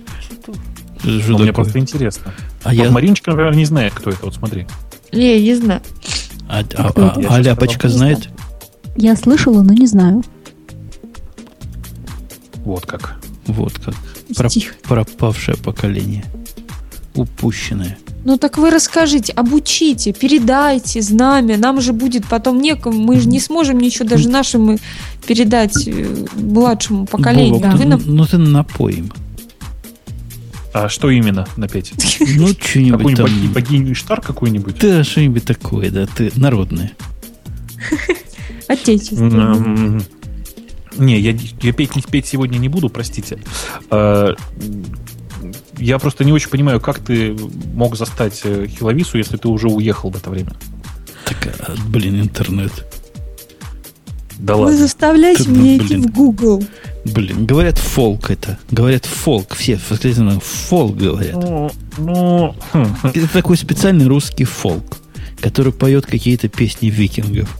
S1: Что
S5: что?
S3: Ну, мне
S1: такое?
S3: просто интересно.
S1: А
S3: Вот
S1: я...
S3: Мариночка, например, не знает, кто это. Вот смотри.
S2: Не, не знаю.
S1: А, а-
S4: Кто это?
S1: а-
S3: ну, Я
S1: а
S3: щас
S1: Ляпочка
S4: пробую.
S1: знает?
S4: Я слышала, но не знаю.
S3: Вот как.
S1: Вот как. Про-
S2: Тихо.
S1: пропавшее поколение. Упущенное.
S2: Ну так вы расскажите, обучите, передайте знамя. Нам же будет потом некому, мы же не сможем ничего даже нашим и передать э, младшему поколению.
S1: Бобок,
S4: да.
S1: ты-
S2: Вы нам-
S1: ну ты напоим.
S3: А что именно напеть?
S1: Ну, что-нибудь
S3: Какую-нибудь
S1: там...
S3: боги- богиню Иштар какую-нибудь?
S1: Да, что-нибудь такое, да, ты народное.
S2: Отечественным.
S3: М, Не, я, я петь, не петь сегодня не буду, простите. А, Я просто не очень понимаю, как ты мог застать э, Хиловису, если ты уже уехал в это время.
S1: Так, а, блин, интернет.
S3: Да
S2: Вы
S3: ладно.
S2: заставляете
S1: Ты,
S2: меня
S1: блин.
S2: идти в Google.
S1: Блин, говорят фолк это. Говорят фолк. Все восклицательно фолк говорят.
S3: Ну, ну, хм,
S1: Это такой специальный русский фолк, который поет какие-то песни викингов.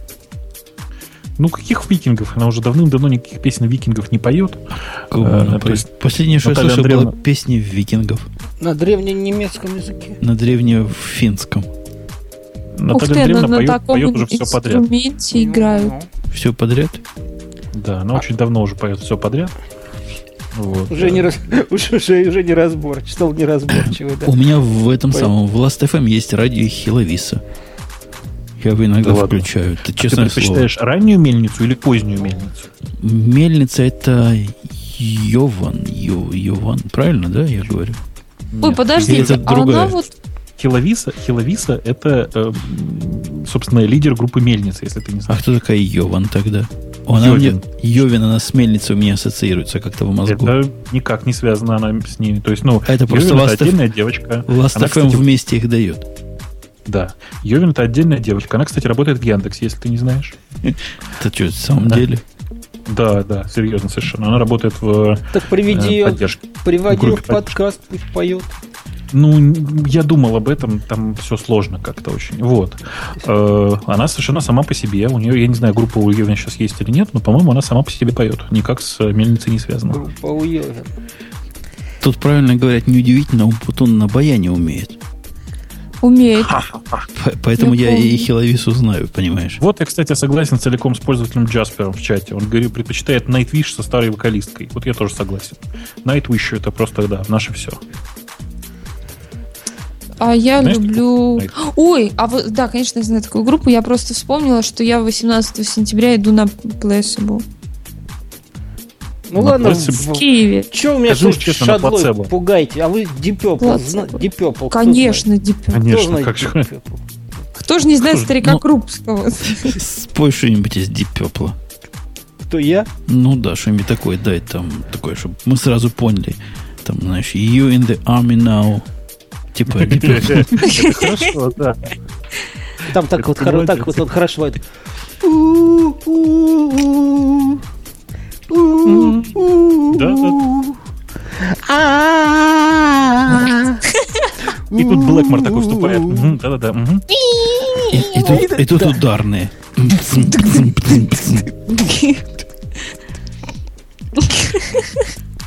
S3: ну, каких викингов? Она уже давным-давно никаких песен викингов не поет.
S1: Кого
S3: Э,
S1: она
S3: то
S1: поет?
S3: есть
S1: Последнее, что я
S3: Наталья
S1: слышал, было
S3: Андреевна-
S1: песни викингов
S5: На древненемецком языке.
S1: на древнефинском.
S2: Ух
S3: Наталья
S2: ты, она
S3: Андреевна
S2: на
S3: поет,
S2: таком
S3: поет уже все подряд.
S2: инструменте играют.
S1: Все подряд.
S3: Да, она очень давно уже поет все подряд. Вот.
S5: Уже не, раз, уже, уже, уже не разбор, стал неразборчивый, да.
S1: У меня в этом самом,
S5: Поэтому-
S1: в Last FM есть радио Хиловиса. Я его иногда
S3: Да ладно. А
S1: включаю. Это
S3: Ты
S1: честное слово.
S3: предпочитаешь раннюю мельницу или позднюю мельницу?
S1: Мельница это Йован. Йо- Йован. Правильно, да, я говорю?
S2: Ой,
S3: Нет.
S1: это
S2: подождите, а
S1: другая.
S2: она вот...
S3: Хиловиса, Хиловиса это, э, м, собственно, лидер группы Мельница, если ты не
S1: А
S3: знаешь.
S1: кто такая Йован тогда? Она
S3: Йовин.
S1: мне- Йовин, она с мельницей у меня ассоциируется как-то в мозгу.
S3: это никак не связано она с ней. То есть, ну,
S1: Это просто
S3: Йовин это
S1: Last F-
S3: отдельная девочка.
S1: Last
S3: Она,
S1: FM
S3: кстати,
S1: вместе их дает.
S3: Да. Йовин это отдельная девочка. Она, кстати, работает в Яндексе, если ты не знаешь.
S1: Это что, в самом
S3: Да.
S1: деле?
S3: Да, да, серьезно совершенно. Она работает в э,
S5: Так приведи ее,
S3: поддержке.
S5: приводи ее в
S3: группе поддержки.
S5: подкаст, пусть поет.
S3: Ну, н- я думал об этом, там все сложно как-то очень. Вот. Э, она совершенно сама по себе. У нее, я не знаю, группа у Йовина сейчас есть или нет, но, по-моему, она сама по себе поет. Никак с э, мельницей не связана.
S5: Группа у Йовина.
S1: Тут правильно говорят, неудивительно, он Путун на баяне умеет.
S2: Умеет.
S1: П- Поэтому
S2: Я
S1: я и
S2: помню.
S1: Хиловису знаю, понимаешь?
S3: Вот я, кстати, согласен целиком с пользователем Джаспером в чате. Он говорит, предпочитает Nightwish со старой вокалисткой. Вот я тоже согласен. Nightwish это просто, да, наше все.
S2: А я
S3: Знаешь
S2: люблю...
S3: такую?
S2: Ой, а вот, да, конечно, я знаю такую группу. Я просто вспомнила, что я 18 сентября иду на Placebo
S5: Ну
S3: На
S5: ладно,
S3: плацебо.
S2: в
S5: в-
S2: Киеве.
S5: Че у меня
S3: Скажи
S5: тут
S3: честно, на
S5: шадлой
S3: плацебо.
S5: пугаете? А вы Deep Purple, зна-
S2: Плацебо.
S5: Deep Purple, кто
S2: Конечно, Диппер.
S5: знает? Кто
S3: Конечно,
S5: знает
S3: как же.
S5: Deep Purple?
S2: Кто же не знает
S3: Кто ж-
S2: старика
S1: ну-
S2: Крупского?
S1: Спой что-нибудь из Deep Purple.
S5: Кто я?
S1: Ну да, что-нибудь такое дай там, такое, чтобы мы сразу поняли. Там, знаешь, you in the army now. Типа, Deep Purple.
S3: Это хорошо, да.
S5: Там так
S3: Это
S5: вот, хоро- так
S3: молодец.
S5: вот он хорошо Ну, это.
S3: И тут Блэкмор такой вступает. Мгм, Да-да-да. мгм.
S1: И, и тут, и тут ударные.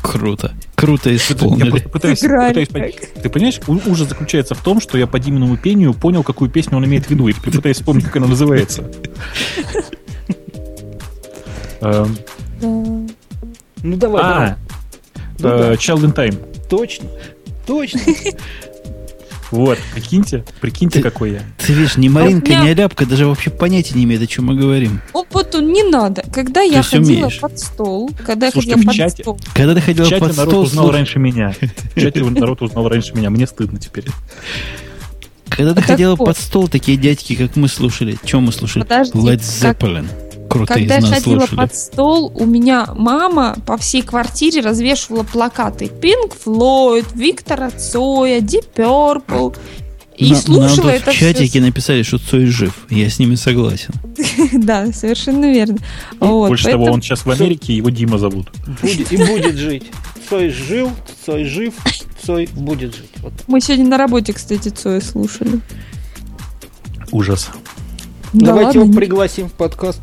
S1: Круто. Круто
S3: Я
S1: исполнили.
S3: просто пытаюсь,
S2: Сыграли
S3: пытаюсь понять. Ты понимаешь, у- ужас заключается в том, что я по Диминому пению понял, какую песню он имеет в виду, и теперь пытаюсь вспомнить, как она называется. Эм,
S2: Да.
S5: Ну давай,
S3: А,
S5: давай. Ну
S3: э,
S5: да,
S3: Child in Time.
S5: Точно. Точно.
S3: Вот, прикиньте, прикиньте,
S1: Ты-
S3: какой я.
S1: Ты видишь, ни Маринка,
S2: меня-
S1: ни Аляпка даже вообще понятия не имеет, о чем мы говорим.
S2: Опыту не надо. Когда я
S1: есть
S2: ходила
S1: умеешь.
S2: под стол, когда я
S3: Слушайте,
S2: ходила
S3: в
S2: под
S3: чате-
S2: стол,
S1: Когда ты
S3: В
S1: ходила
S3: чате
S1: под
S3: народ
S1: стол,
S3: узнал
S1: слуш-
S3: раньше меня. В чате народ узнал раньше меня. Мне стыдно теперь.
S1: когда ты
S2: Так
S1: ходила
S2: вот.
S1: под стол, такие дядьки, как мы слушали. Чем мы слушали?
S2: Подожди,
S1: Led
S2: как-
S1: Zeppelin. Круто из
S2: когда я
S1: нас
S2: ходила
S1: слушали.
S2: под стол, у меня мама по всей квартире развешивала плакаты Pink Floyd, Виктора Цоя, Deep Purple. И
S1: На-
S2: слушала
S1: нам тут
S2: это
S1: в
S2: всё
S1: чатике написали, что Цой жив. Я с ними согласен.
S2: Да, совершенно верно. Вот,
S3: Больше того,
S2: поэтому-
S3: он сейчас в Америке, его Дима зовут.
S5: Будет- И будет жить. Цой жил, Цой жив, Цой будет жить. Вот.
S2: Мы сегодня на работе, кстати, Цоя слушали.
S3: Ужас.
S2: Да
S5: Давайте
S2: ладно,
S5: его
S2: не-
S5: пригласим в подкаст,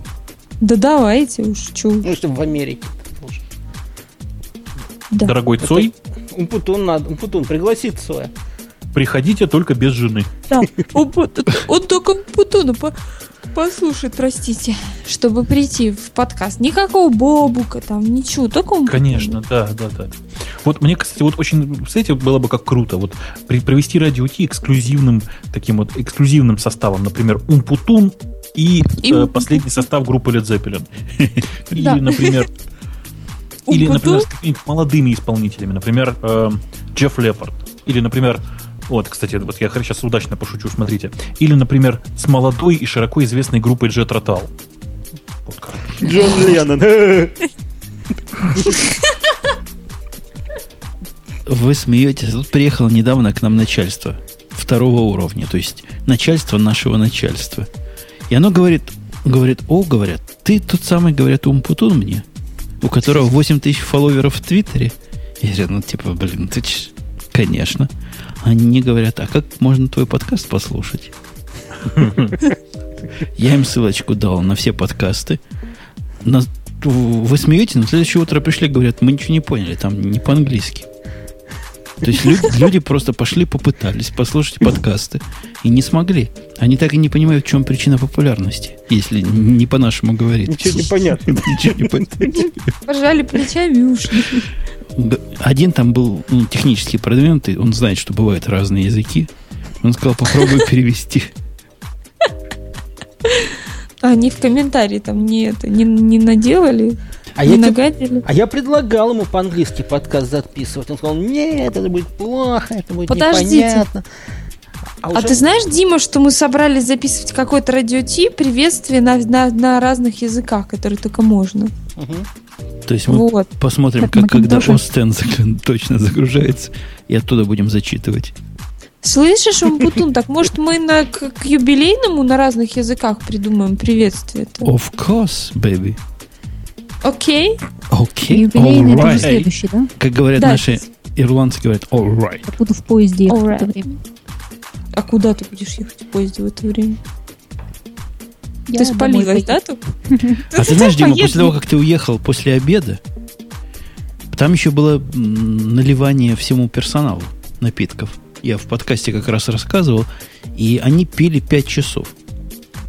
S2: Да давайте уж, чу.
S5: ну, чтобы в Америке.
S2: Да.
S3: Дорогой Цой,
S5: Умпутун надо. Умпутун, пригласи Цоя.
S3: приходите только без жены.
S2: Да, он, он только Путуну по- послушает, простите, чтобы прийти в подкаст. Никакого бобука там, ничего, только он.
S3: Конечно, да, да, да. Вот мне, кстати, вот очень, представляете, вот было бы как круто, вот при- провести радио Ти эксклюзивным, таким вот эксклюзивным составом, например, Умпутун и,
S2: И
S3: э,
S2: Умпутун.
S3: последний состав группы Led Zeppelin.
S2: Да.
S3: Или, например, или,
S2: Умпутун.
S3: например, с какими-нибудь молодыми исполнителями, например, эм, Джефф Леппорт. Или, например, вот, кстати, вот я сейчас удачно пошучу, смотрите. Или, например, с молодой и широко известной группой Джет Ротал. Вот как.
S5: Джон Леннон.
S1: Вы смеетесь. Тут приехало недавно к нам начальство второго уровня, то есть начальство нашего начальства. И оно говорит, говорит, о, говорят, ты тот самый, говорят, Умпутун мне, у которого 8 тысяч фолловеров в Твиттере. Я говорю, ну, типа, блин, ты ч- конечно. Они говорят, а как можно твой подкаст послушать? Я им ссылочку дал на все подкасты. На- Вы смеетесь, но на следующее утро пришли, говорят, мы ничего не поняли, там не по-английски. То есть лю- люди, просто пошли, попытались послушать подкасты и не смогли. Они так и не понимают, в чем причина популярности, если не по-нашему говорит.
S5: Ничего не понятно.
S1: Ничего не понятно.
S2: Пожали плечами и ушли.
S1: Г- Один там был ну, технически продвинутый, он знает, что бывают разные языки. Он сказал, попробуй перевести.
S2: А Они в комментарии там не это, не, не наделали,
S5: А
S2: не
S5: я тебе
S2: нагадили.
S5: А я предлагал ему по-английски подкаст записывать. Он сказал, нет, это будет плохо, это будет
S2: Подождите.
S5: непонятно. А,
S2: А
S5: уже-
S2: ты знаешь, Дима, что мы собрались записывать какой-то радио Ти приветствие на, на, на разных языках, которые только можно.
S5: Мгм.
S1: То есть мы
S2: Вот.
S1: посмотрим,
S4: Как
S1: как, когда
S4: Макинтоши.
S1: Остен точно загружается, и оттуда будем зачитывать.
S2: Слышишь, Умпутун, так может мы на, к, к юбилейному на разных языках придумаем приветствие-то?
S1: Of course, baby.
S2: Окей?
S1: Окей,
S4: Юбилейный, это
S1: alright.
S4: уже следующий, да?
S1: Как говорят
S2: Да.
S1: наши ирландцы, говорят, all right.
S4: Я буду в поезде ехать в это
S2: Alright.
S4: время.
S2: А куда ты будешь ехать в поезде в это время?
S4: Я
S2: ты
S4: домой
S2: спалилась,
S4: поеду.
S2: да? Тут?
S1: А ты знаешь, Дима, после того, как ты уехал после обеда, там еще было м, наливание всему персоналу напитков. Я в подкасте как раз рассказывал, и они пили 5 часов.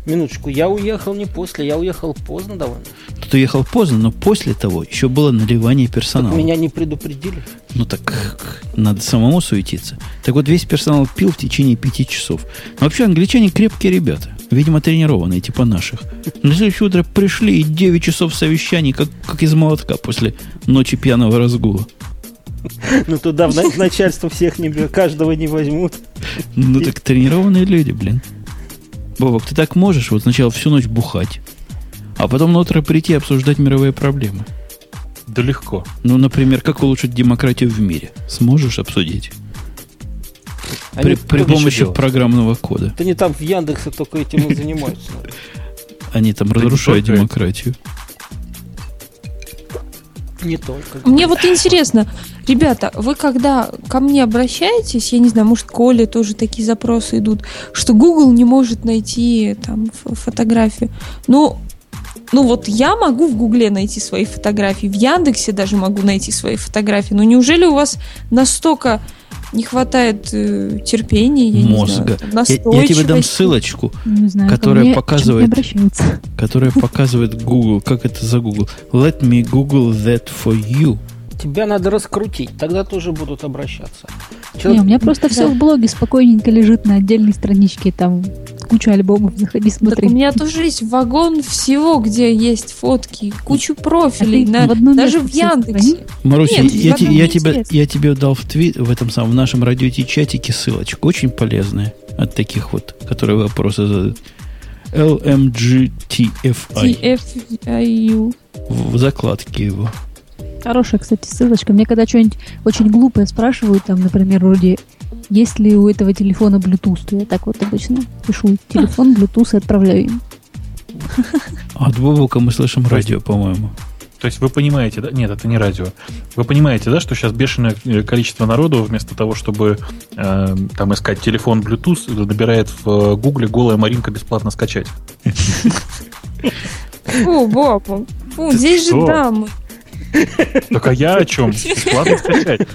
S5: Минуточку, я уехал не после, я уехал поздно довольно.
S1: Ты что ехал поздно, но после того еще было наливание персонала.
S5: Меня не предупредили.
S1: Ну так надо самому суетиться. Так вот, весь персонал пил в течение пяти часов. Но вообще англичане крепкие ребята. Видимо, тренированные, типа наших. На следующее утро пришли и 9 часов совещаний, как, как из молотка после ночи пьяного разгула.
S5: Ну туда в на- начальство всех не бе- каждого не возьмут.
S1: Ну так тренированные люди, блин. Бобок, ты так можешь вот сначала всю ночь бухать, а потом на утро прийти и обсуждать мировые проблемы.
S3: Да легко.
S1: Ну, например, как улучшить демократию в мире? Сможешь обсудить? При,
S5: Они
S1: при
S3: еще
S1: помощи
S3: делать?
S1: программного кода.
S5: Да не там в Яндексе только этим и занимаются.
S1: Они там
S3: не
S1: разрушают
S3: только это.
S1: демократию.
S5: Не только.
S2: Мне вот интересно, ребята, вы когда ко мне обращаетесь, я не знаю, может, Коле тоже такие запросы идут, что Google не может найти там ф- фотографию. Ну, ну вот я могу в Гугле найти свои фотографии, в Яндексе даже могу найти свои фотографии. Но неужели у вас настолько не хватает э, терпения, я
S1: Мозга.
S2: не знаю,
S1: Я, я тебе дам
S2: настойчивости?
S1: ссылочку,
S4: Не знаю, ко
S1: Которая
S4: мне
S1: показывает-
S4: почему-то не обращаются.
S1: которая показывает Google, как это за Google. Let me Google that for you.
S5: Тебя надо раскрутить, тогда тоже будут обращаться. Чел-
S4: Не, у меня просто все в блоге спокойненько лежит на отдельной страничке, там куча альбомов, заходи,
S2: Так
S4: смотри. А
S2: у меня тоже есть вагон всего, где есть фотки, кучу
S4: А
S2: профилей,
S4: ты
S2: на-
S4: в одно
S2: даже
S4: место
S2: в
S4: всё
S2: Яндексе.
S4: сохрани.
S1: Маруся,
S2: Нет,
S1: я,
S2: ладно,
S1: те-
S2: мне
S1: я, тебе,
S2: интересно.
S1: я тебе дал в твит, в этом самом в нашем радио чатике ссылочку. Очень полезная от таких вот, которые вопросы задают. LMGTFI.
S2: TFIU.
S1: В в закладке его.
S4: Хорошая, кстати, ссылочка. Мне когда что-нибудь очень глупое спрашивают, там, например, вроде, есть ли у этого телефона Bluetooth, то я так вот обычно пишу телефон Bluetooth и отправляю им.
S1: А От Бобука мы слышим радио, по-моему.
S3: То есть вы понимаете, да? Нет, это не радио. Вы понимаете, да, что сейчас бешеное э, количество народу вместо того, чтобы э, там искать телефон Bluetooth, набирает в э, Гугле голая Маринка бесплатно скачать.
S2: Фу, Боб. Фу,
S3: Ты
S2: здесь
S3: что?
S2: же дамы.
S3: Так а я о чем? Бесплатно скачать.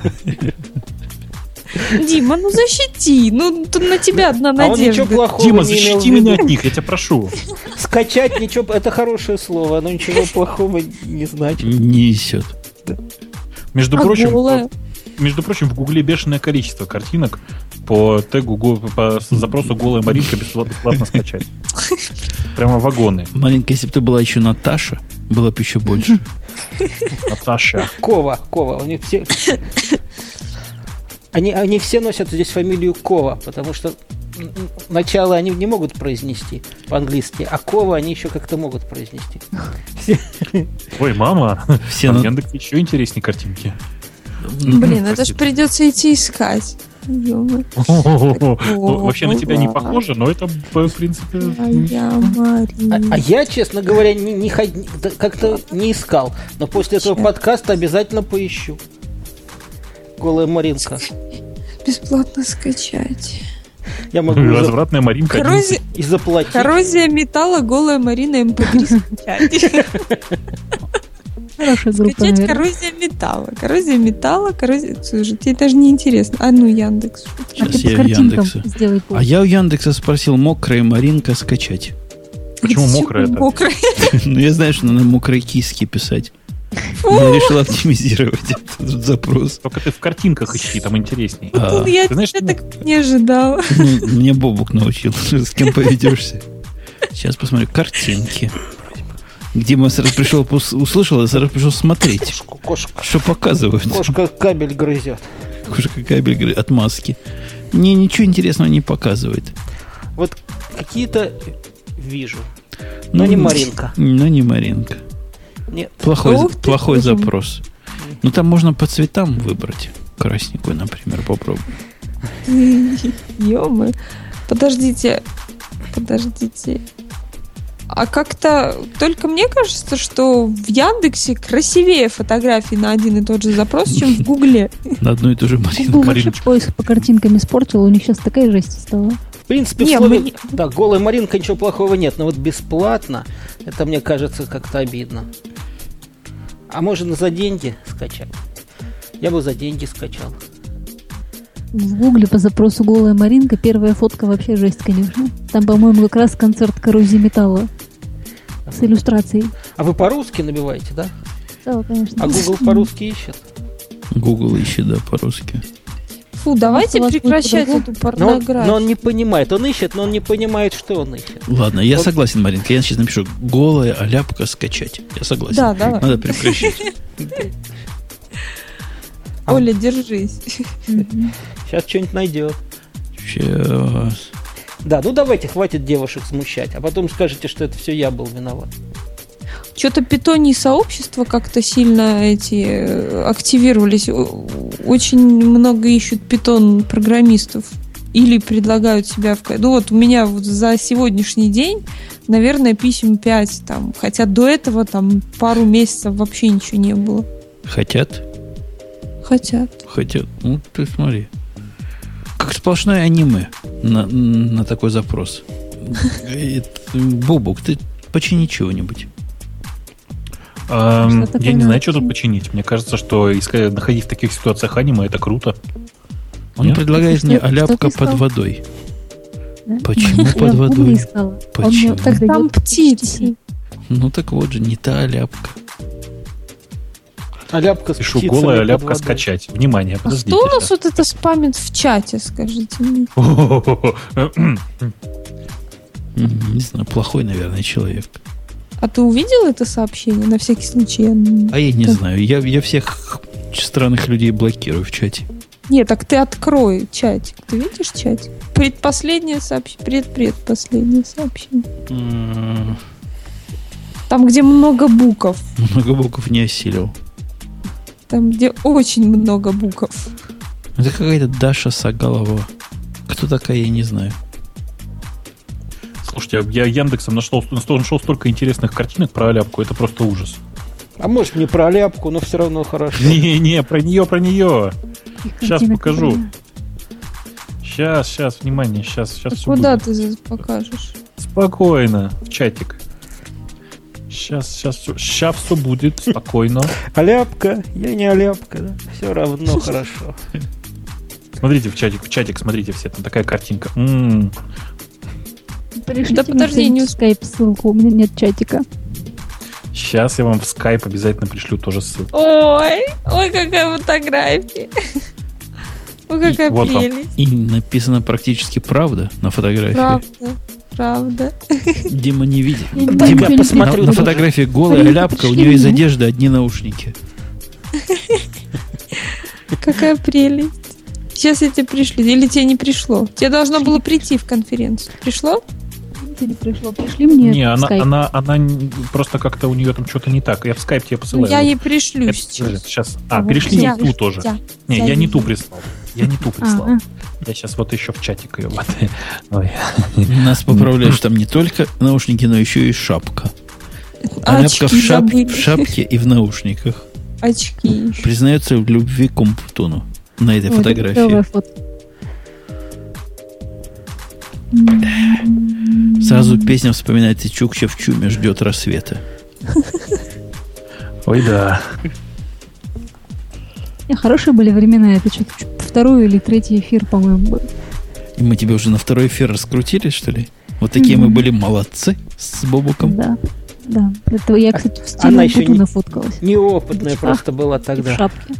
S2: Дима, ну защити. Ну, тут на тебя одна
S5: А он ничего
S2: надежда.
S5: плохого
S3: Дима,
S5: не имел в
S3: защити
S5: виду.
S3: меня от них, я тебя прошу.
S5: Скачать ничего, это хорошее слово, оно ничего плохого не значит.
S1: Не несет.
S3: Между
S2: А
S3: прочим, э,
S2: голая?
S3: между прочим, в Гугле бешеное количество картинок по тегу, го- по запросу голая Маринка бесплатно, бесплатно скачать. Прямо вагоны.
S1: Маленькая, если бы ты была еще Наташа, было бы еще больше.
S3: Наташа.
S5: Кова, Кова, у них все... Они, они все носят здесь фамилию Кова, потому что м, м, начало они не могут произнести по-английски, а Кова они еще как-то могут произнести.
S3: Ой, мама.
S1: Все
S3: Там
S1: на-
S3: Яндекс еще интереснее картинки.
S2: Блин, это ж придется идти искать. Ё-моё.
S3: Ну, Вообще на тебя не
S2: Ого.
S3: похоже, но это, в принципе...
S2: Моя
S5: А, а
S2: Мария.
S5: я, честно говоря, не, не ход- да, как-то не искал, но после этого
S2: Чё?
S5: подкаста обязательно поищу. Голая Маринка.
S2: Бесплатно скачать.
S5: Я могу и за-
S3: Развратная Маринка.
S2: Коррозия,
S5: и заплатить.
S2: коррозия металла, голая Марина, МП3 скачать.
S4: Хорошая группа,
S2: Скачать
S4: наверное.
S2: коррозия металла. Коррозия металла, коррозия... Слушай, тебе даже не интересно. А ну, Яндекс. что ты?
S4: А
S1: Сейчас
S4: ты
S1: я в
S4: по картинкам
S1: Яндексе.
S4: сделай
S1: А
S4: поиск.
S1: я у Яндекса спросил, мокрая Маринка скачать.
S3: Почему
S2: Всё
S3: мокрая это?
S2: мокрая.
S1: Ну, я знаю, что надо мокрые киски писать. Я решил оптимизировать этот запрос.
S3: Только ты в картинках ищи, там интересней.
S1: А,
S2: Тут Ну, я
S3: Ты знаешь, ну,
S2: тебя так не ожидала.
S1: ну, Мне Бобук научил, с кем поведешься. Сейчас посмотрю. Картинки. Где мы сразу пришел, пос- услышал, и сразу пришел смотреть,
S5: Кошку- Кошка,
S1: что показывают.
S5: кошка кабель грызет.
S1: Уже какая бельгры от маски. Не, ничего интересного не показывает.
S5: Вот какие-то вижу.
S1: Ну,
S5: Но не Маринка.
S1: Но не Маринка.
S5: Нет.
S1: Плохой,
S2: Ух ты,
S1: плохой
S2: боже мой.
S1: запрос. Ну, там можно по цветам выбрать. Красненькую, например, попробуй.
S2: ё Подождите, подождите. А как-то только мне кажется, что в Яндексе красивее фотографии на один и тот же запрос, чем в Гугле.
S1: На одну и ту же
S4: Google
S1: Маринку.
S4: вообще
S3: Мариночка.
S4: поиск по картинкам испортил, у них сейчас такая жесть стала.
S5: В принципе, в
S2: Не,
S5: слове-
S2: мы не-
S5: Да, голая Маринка ничего плохого нет, но вот бесплатно, это мне кажется как-то обидно. А можно за деньги скачать? Я бы за деньги скачал.
S4: В гугле по запросу «Голая Маринка» первая фотка вообще жесть, конечно. Там, по-моему, как раз концерт коррозии металла с иллюстрацией.
S5: А вы по-русски набиваете, да?
S4: Да, конечно.
S5: А Google по-русски ищет.
S1: Google ищет, да, по-русски.
S2: Фу, давайте
S4: вас будет
S2: прекращать
S4: по-другому.
S3: Ну,
S2: эту
S5: Но он,
S2: порнографию.
S5: но он не понимает. Он ищет, но он не понимает, что он ищет.
S1: Ладно, я
S5: Вот.
S1: согласен, Маринка. Я сейчас напишу голая оляпка скачать. Я согласен.
S2: Да, давай.
S1: Надо прекращать.
S2: Оля, держись.
S4: Мгм.
S5: Сейчас что-нибудь найдет.
S1: Сейчас.
S5: Да, ну давайте, хватит девушек смущать. А потом скажете, что это все я был виноват.
S2: Что-то питонии сообщества как-то сильно эти э, активировались. О- Очень много ищут питон программистов или предлагают себя в... ка- Ну вот у меня вот за сегодняшний день, наверное, писем 5 там. Хотя до этого там пару месяцев вообще ничего не было.
S1: Хотят?
S2: Хотя
S1: Хотят. Ну, ты смотри. Как сплошное аниме на, на такой запрос. Э, Бобук, ты почини чего-нибудь.
S3: Эм,
S4: Что такое
S3: я не
S4: надо
S3: знаю, что тут
S4: починить?
S3: починить. Мне кажется, что искать, находить в таких ситуациях аниме это круто.
S1: Он
S3: Нет?
S1: предлагает
S4: Что-
S1: мне
S4: что ты
S1: оляпка под
S4: искал?
S1: водой.
S4: Да?
S1: Почему
S4: Я
S1: под
S4: в Гугле
S1: водой?
S4: искала. Он
S1: Почему?
S4: мне так
S2: там
S4: дает
S2: птицы.
S1: Ну так вот же, не та оляпка.
S5: Аляпка А с
S3: Пишу
S5: птицами
S3: голая
S5: под
S3: ляпка
S5: водой.
S3: скачать. Внимание,
S2: А
S3: подождите.
S2: что у нас вот это спамит в чате, скажите мне?
S1: Мгм, Не знаю, плохой, наверное, человек.
S2: А ты увидел это сообщение на всякий случай? Я н-
S1: А я не
S2: Так.
S1: знаю. Я, я всех странных людей блокирую в чате.
S2: Нет, так ты открой чатик. Ты видишь чатик? Предпоследнее сообщение, предпредпоследнее сообщение.
S1: М,
S2: Там, где много букв.
S1: Много букв не осилил.
S2: Там, где очень много букв.
S1: Это какая-то Даша Сагалова. Кто такая, я не знаю.
S3: Слушайте, я Яндексом нашел, нашел столько интересных картинок про ляпку, это просто ужас.
S5: А может не про аляпку, но все равно хорошо.
S3: Не-не, про нее, про нее.
S4: Их
S3: Щас
S4: картинок
S3: покажу.
S4: хрена.
S3: Сейчас, сейчас, внимание, сейчас, сейчас все
S2: А Куда ты за- покажешь?
S3: Спокойно, в чатик. Сейчас, сейчас, все, сейчас все будет спокойно.
S5: Аляпка, я не аляпка, да? Все равно хорошо.
S3: Смотрите в чатик, в чатик, смотрите все, там такая картинка. М-м-м. М.
S4: Пришлите
S2: Да
S4: мне
S2: подожди, я не
S4: кто-нибудь в скайп ссылку, у меня нет чатика.
S3: Сейчас я вам в скайп обязательно пришлю тоже ссылку.
S2: Ой, ой, какая фотография. Ой, какая
S3: вот вам.
S2: прелесть.
S1: И написано практически правда на фотографии.
S2: Правда, правда.
S1: Дима не видит.
S4: Я не
S1: Дима,
S4: знаю,
S5: я
S4: кто-нибудь
S1: на,
S5: посмотрю
S1: на
S4: будет.
S5: фото-
S1: фотографии голая
S4: Блин,
S1: ляпка, у
S4: пошли
S1: нее из
S4: меня.
S1: одежды одни наушники.
S2: Какая прелесть. Сейчас я тебе пришлю. Или тебе не пришло? Тебе должно было прийти в конференцию. Пришло?
S4: Ты не пришло. Пришли мне
S3: не,
S4: в
S3: она,
S4: скайп.
S3: она, она н- просто как-то у нее там что-то не так. Я в скайп тебе
S2: Ну,
S3: посылаю.
S2: я
S3: Вот.
S2: ей пришлю
S3: Это-
S2: сейчас.
S3: подожди, сейчас. А,
S4: Вот
S3: перешли
S2: я-
S3: не ту тоже.
S2: Я-
S3: Не,
S2: я А.
S3: я не
S2: вижу.
S3: ту прислал. Я не ту
S4: А,
S3: прислал.
S4: Ага.
S3: Я сейчас вот еще в чатик ее. Вот. Ой.
S1: Нас поправляют, что там не только наушники, но еще и шапка. А ляпка в,
S2: Очки
S1: шап-
S2: забыли.
S1: в шапке и в наушниках.
S2: Очки еще.
S1: Признается в любви к Умптону на этой
S4: Ой, это
S1: фотографии.
S4: клевая фотка. М,
S1: Сразу песня вспоминается Чукча в чуме ждет рассвета.
S3: Ой, да.
S4: не, Хорошие были времена, это что-то второй или третий эфир, по-моему, был.
S1: И мы тебя уже на второй эфир раскрутили, что ли? Вот такие мы
S4: Мгм.
S1: были молодцы с Бобуком.
S4: Да. Да. Это я, кстати, в
S5: она
S4: стиле
S5: еще
S4: Путу
S5: не-
S4: нафоткалась.
S5: Неопытная просто была
S4: И в
S5: тогда.
S4: шапке.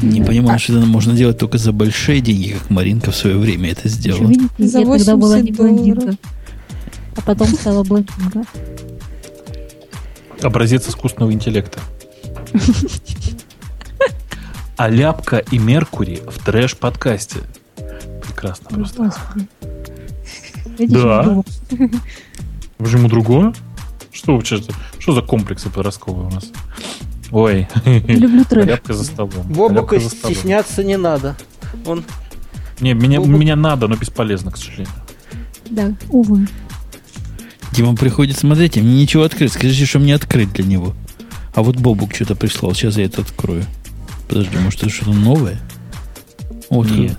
S1: Не понимаю, что это можно делать только за большие деньги, как Маринка в свое время это
S4: Еще,
S3: Типа
S1: сделала.
S4: видите,
S2: За
S4: я тогда была
S2: 80
S4: не блондинка.
S2: долларов.
S4: А потом стала блондинка.
S3: Образец искусственного интеллекта. Аляпка А и Меркурий в трэш-подкасте. Прекрасно
S4: Ой,
S3: просто.
S4: Господи. Видишь,
S3: Да.
S4: я думала,
S3: Почему другое? Что вообще? за- Что за комплексы подростковые у нас? Ой,
S4: не Люблю трэш.
S3: аляпка за столом.
S5: Бобука
S3: Аляпка за столом.
S5: стесняться не надо. Он
S3: Не, меня,
S5: Бобук-
S3: меня надо, но бесполезно, к сожалению.
S4: Да, увы.
S1: Дима приходит, смотрите, мне ничего открыть. Скажите, что мне открыть для него. А вот Бобук что-то прислал, сейчас я это открою. Подожди, может это что-то новое? Вот.
S3: Нет.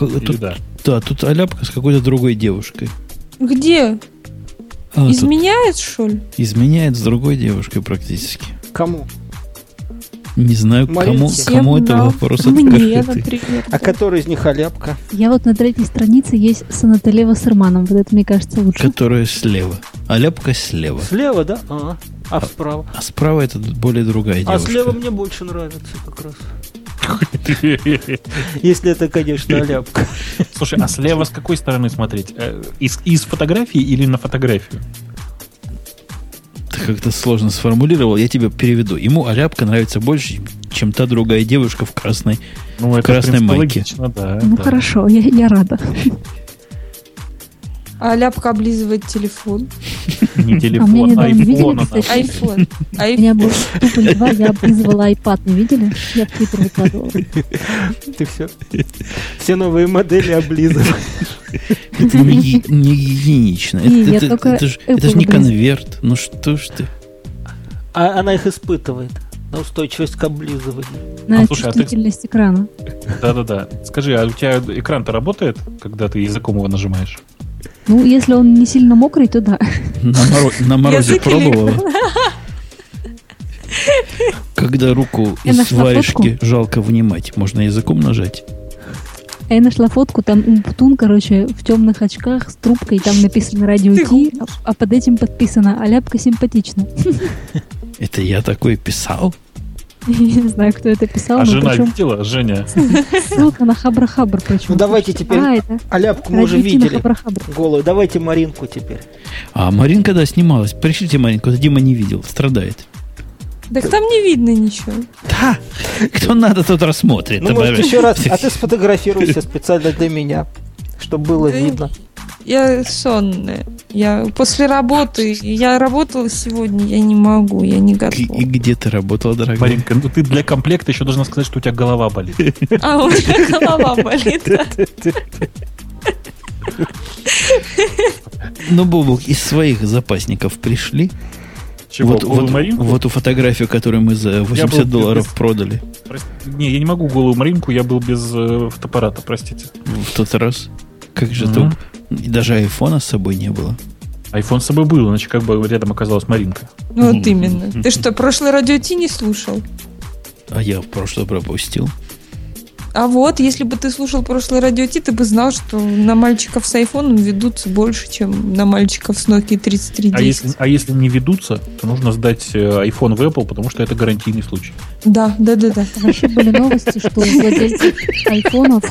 S3: Или
S1: Тут,
S3: да.
S1: да, тут аляпка с какой-то другой девушкой.
S2: Где?
S1: А, тут
S2: Изменяет, что ли?
S1: изменяет с другой девушкой практически.
S5: кому?
S1: Не знаю,
S5: Марин,
S1: кому,
S5: всем
S1: кому это
S2: нам.
S1: вопрос
S2: Мне,
S1: открытый.
S2: например.
S5: А который из них аляпка?
S4: Я вот на третьей странице есть Санателева с Ирманом. Вот это, мне кажется, лучше.
S1: Которая слева. Аляпка слева.
S5: Слева, да? А. А справа?
S1: А справа это более другая
S5: А
S1: девушка.
S5: слева мне больше нравится как раз. Если это, конечно, ляпка.
S3: Слушай, а слева с какой стороны смотреть? Э, Из, из фотографии или на фотографию?
S1: Ты как-то сложно сформулировал, я тебя переведу. Ему аляпка нравится больше, чем та другая девушка в красной.
S3: Ну,
S1: В красной
S3: принципе,
S1: майке.
S3: логично, да,
S4: Ну
S3: да.
S4: хорошо, я, я рада.
S2: А ляпка облизывает телефон.
S3: Не
S4: а мне
S3: телефон,
S4: недавно видели,
S3: айфон. она.
S4: кстати,
S2: Айфон.
S4: Меня было тупо едва, я облизывала iPad, не видели? Я в Твиттер выкладывала.
S5: Ты все. Все новые модели облизываешь.
S1: Это не, ги- не гигиенично.
S4: Не,
S1: Это,
S4: я
S1: это-
S4: только
S1: это ж- это ж
S4: Apple
S1: не
S4: люблю.
S1: конверт. Ну что ж ты?
S5: А она их испытывает. На устойчивость к облизыванию.
S4: На
S3: А, слушай, а ты-
S4: чувствительность экрана.
S3: Да-да-да. Скажи, а у тебя экран-то работает, когда ты языком его нажимаешь?
S4: Ну, если он не сильно мокрый, то да.
S1: На, моро- на морозе
S2: Язык или-
S1: пробовала. Когда руку
S4: Я
S1: из
S4: нашла
S1: варежки жалко внимать, можно языком нажать.
S4: А я нашла фотку, там Умптун, короче, в темных очках с трубкой, там написано радио
S2: Ты
S4: Ти, а, а под этим подписано «Аляпка симпатична».
S1: Это я такое писал?
S4: Я не знаю, кто это писал,
S3: а
S2: ну
S4: но
S3: жена
S4: причем
S3: видела? Женя?
S4: ссылка на Хабра-Хабр причем.
S5: Ну давайте теперь.
S4: А, это
S5: А ляпку мы уже
S4: радио Ти на
S5: видели.
S4: Хабра-Хабр.
S5: Голую. Давайте Маринку теперь.
S1: А Маринка, да, снималась. Пришлите Маринку, это Дима не видел, страдает.
S2: Так там не видно ничего.
S1: Да, кто надо, тот рассмотрит.
S5: Ну, может, еще раз. А ты сфотографируйся специально для меня. Чтобы было
S2: Да.
S5: видно.
S2: Я сонная. Я после работы. Я работала сегодня, я не могу, я не
S1: И, и
S2: готова.
S1: где ты работала, дорогая?
S3: Маринка, ну ты для комплекта еще должна сказать, что у тебя голова болит.
S2: А у меня голова болит.
S1: Ну, Бобук, из своих запасников пришли.
S3: Чего?
S1: вот,
S3: голую
S1: вот,
S3: Маринку?
S1: вот ту фотографию, которую мы за 80
S3: был-
S1: долларов продали
S3: Прости, Не, я не могу голую Маринку, я был без э, фотоаппарата, простите.
S1: в тот раз. Как же
S3: Мгм.
S1: это? И даже айфона с собой не было.
S3: Айфон с собой был, иначе как бы рядом оказалась Маринка.
S2: Ну вот именно. Ты что, прошлый радио Ти не слушал?
S1: А я в прошлое пропустил.
S2: А вот, если бы ты слушал прошлый радио Ти, ты бы знал, что на мальчиков с айфоном ведутся больше, чем на мальчиков с Nokia 3310.
S3: А если, а если не ведутся, то нужно сдать э, iPhone в Apple, потому что это гарантийный случай.
S2: Да, да, да, да.
S4: Вообще были новости, что у владельцев айфонов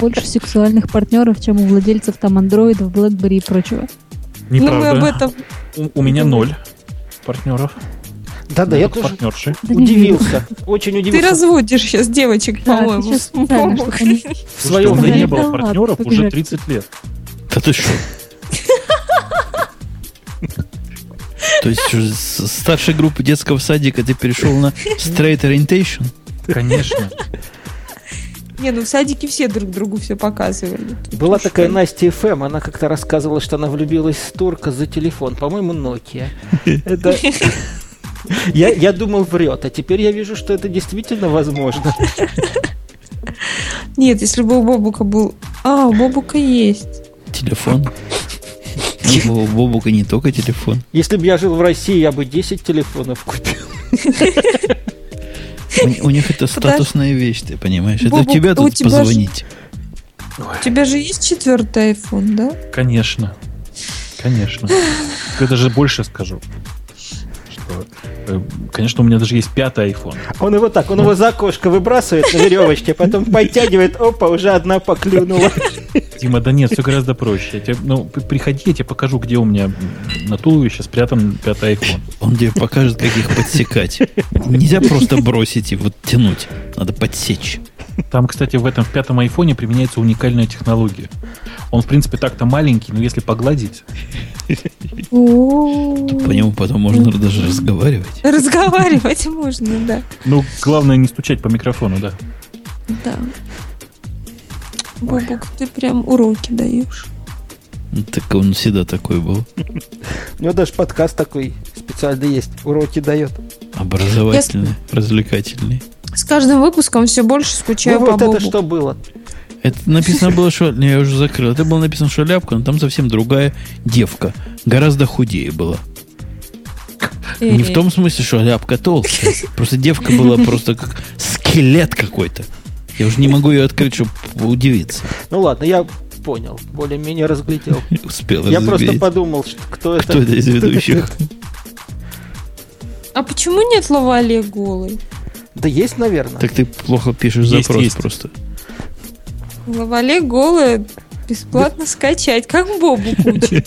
S4: больше сексуальных партнеров, чем у владельцев там андроидов, блэкбери и прочего.
S2: Но Ну, мы
S3: Неправда.
S2: об этом...
S3: у, у меня ноль партнеров.
S5: Да-да, я
S3: Нет,
S5: тоже
S3: партнерши.
S4: Да не верю.
S5: удивился. Очень
S2: Ты
S5: удивился.
S2: разводишь сейчас девочек,
S4: Да,
S2: по-моему.
S4: ты щас специально,
S2: Бог.
S4: чтобы они-
S5: В
S3: Слушайте,
S5: своем
S3: у меня
S4: время.
S3: не
S4: Да
S3: было
S4: ладно,
S3: партнеров
S4: как
S3: уже
S4: жаль.
S3: 30 лет.
S1: Да ты что? То есть что, с старшей группы детского садика ты перешел на straight orientation?
S3: Конечно.
S2: Не, ну в садике все друг другу все показывали.
S5: Была такая Настя ФМ, она как-то рассказывала, что она влюбилась в турка за телефон, по-моему, Nokia. Это... Я, я думал, врет, а теперь я вижу, что это действительно возможно.
S2: Нет, если бы у Бобука был... А, у Бобука есть.
S1: Телефон? Ну, у Бобука не только телефон.
S5: Если бы я жил в России, я бы 10 телефонов купил.
S1: У, у них это
S2: Подожди.
S1: статусная вещь, ты понимаешь? это
S2: Бобук, а
S1: у тебя
S2: у
S1: тут
S2: тебя же-
S1: позвонить.
S2: У тебя же есть четвертый айфон, да?
S3: Конечно. Конечно. Я даже больше скажу. Что, э, конечно, у меня даже есть пятый iPhone.
S5: Он его так, он его за окошко выбрасывает на веревочке, потом подтягивает, опа, уже одна поклюнула.
S3: Дима, да нет, все гораздо проще. Я тебе- ну, п- приходи, я тебе покажу, где у меня м, на туловище спрятан пятый iPhone.
S1: Он тебе покажет, как их подсекать. Нельзя просто бросить и вот тянуть. Надо подсечь.
S3: Там, кстати, в этом в пятом айфоне применяется уникальная технология. Он, в принципе, так-то маленький, но если погладить,
S1: По нему потом можно даже разговаривать.
S2: Разговаривать можно, да.
S3: ну, главное не стучать по микрофону, да.
S2: Да. Бобук, ты прям уроки даешь.
S1: Ну, Так он всегда такой был.
S5: У него даже подкаст такой специально есть, уроки дает.
S1: Образовательный, развлекательный.
S2: С каждым выпуском все больше скучаю
S5: Ну
S2: по
S5: вот это
S2: Бобуку.
S5: что было?
S1: Это написано было, что... Не, я уже закрыл. Это было написано, что ляпка, но там совсем другая девка. Гораздо худее была. Не в том смысле, что ляпка толстая. Просто девка была просто как скелет какой-то. Я уже не могу ее открыть, чтобы удивиться.
S5: Ну ладно, я понял, более-менее разглядел.
S1: Успел
S5: Я просто
S1: разглядеть.
S5: подумал, что кто это.
S1: Кто это из ведущих?
S2: А почему нет Лавале голой?
S5: Да есть, наверное.
S1: Так ты плохо пишешь
S3: Есть,
S1: запрос
S3: есть.
S1: просто.
S2: Лавале голая бесплатно скачать, как Бобу Куча.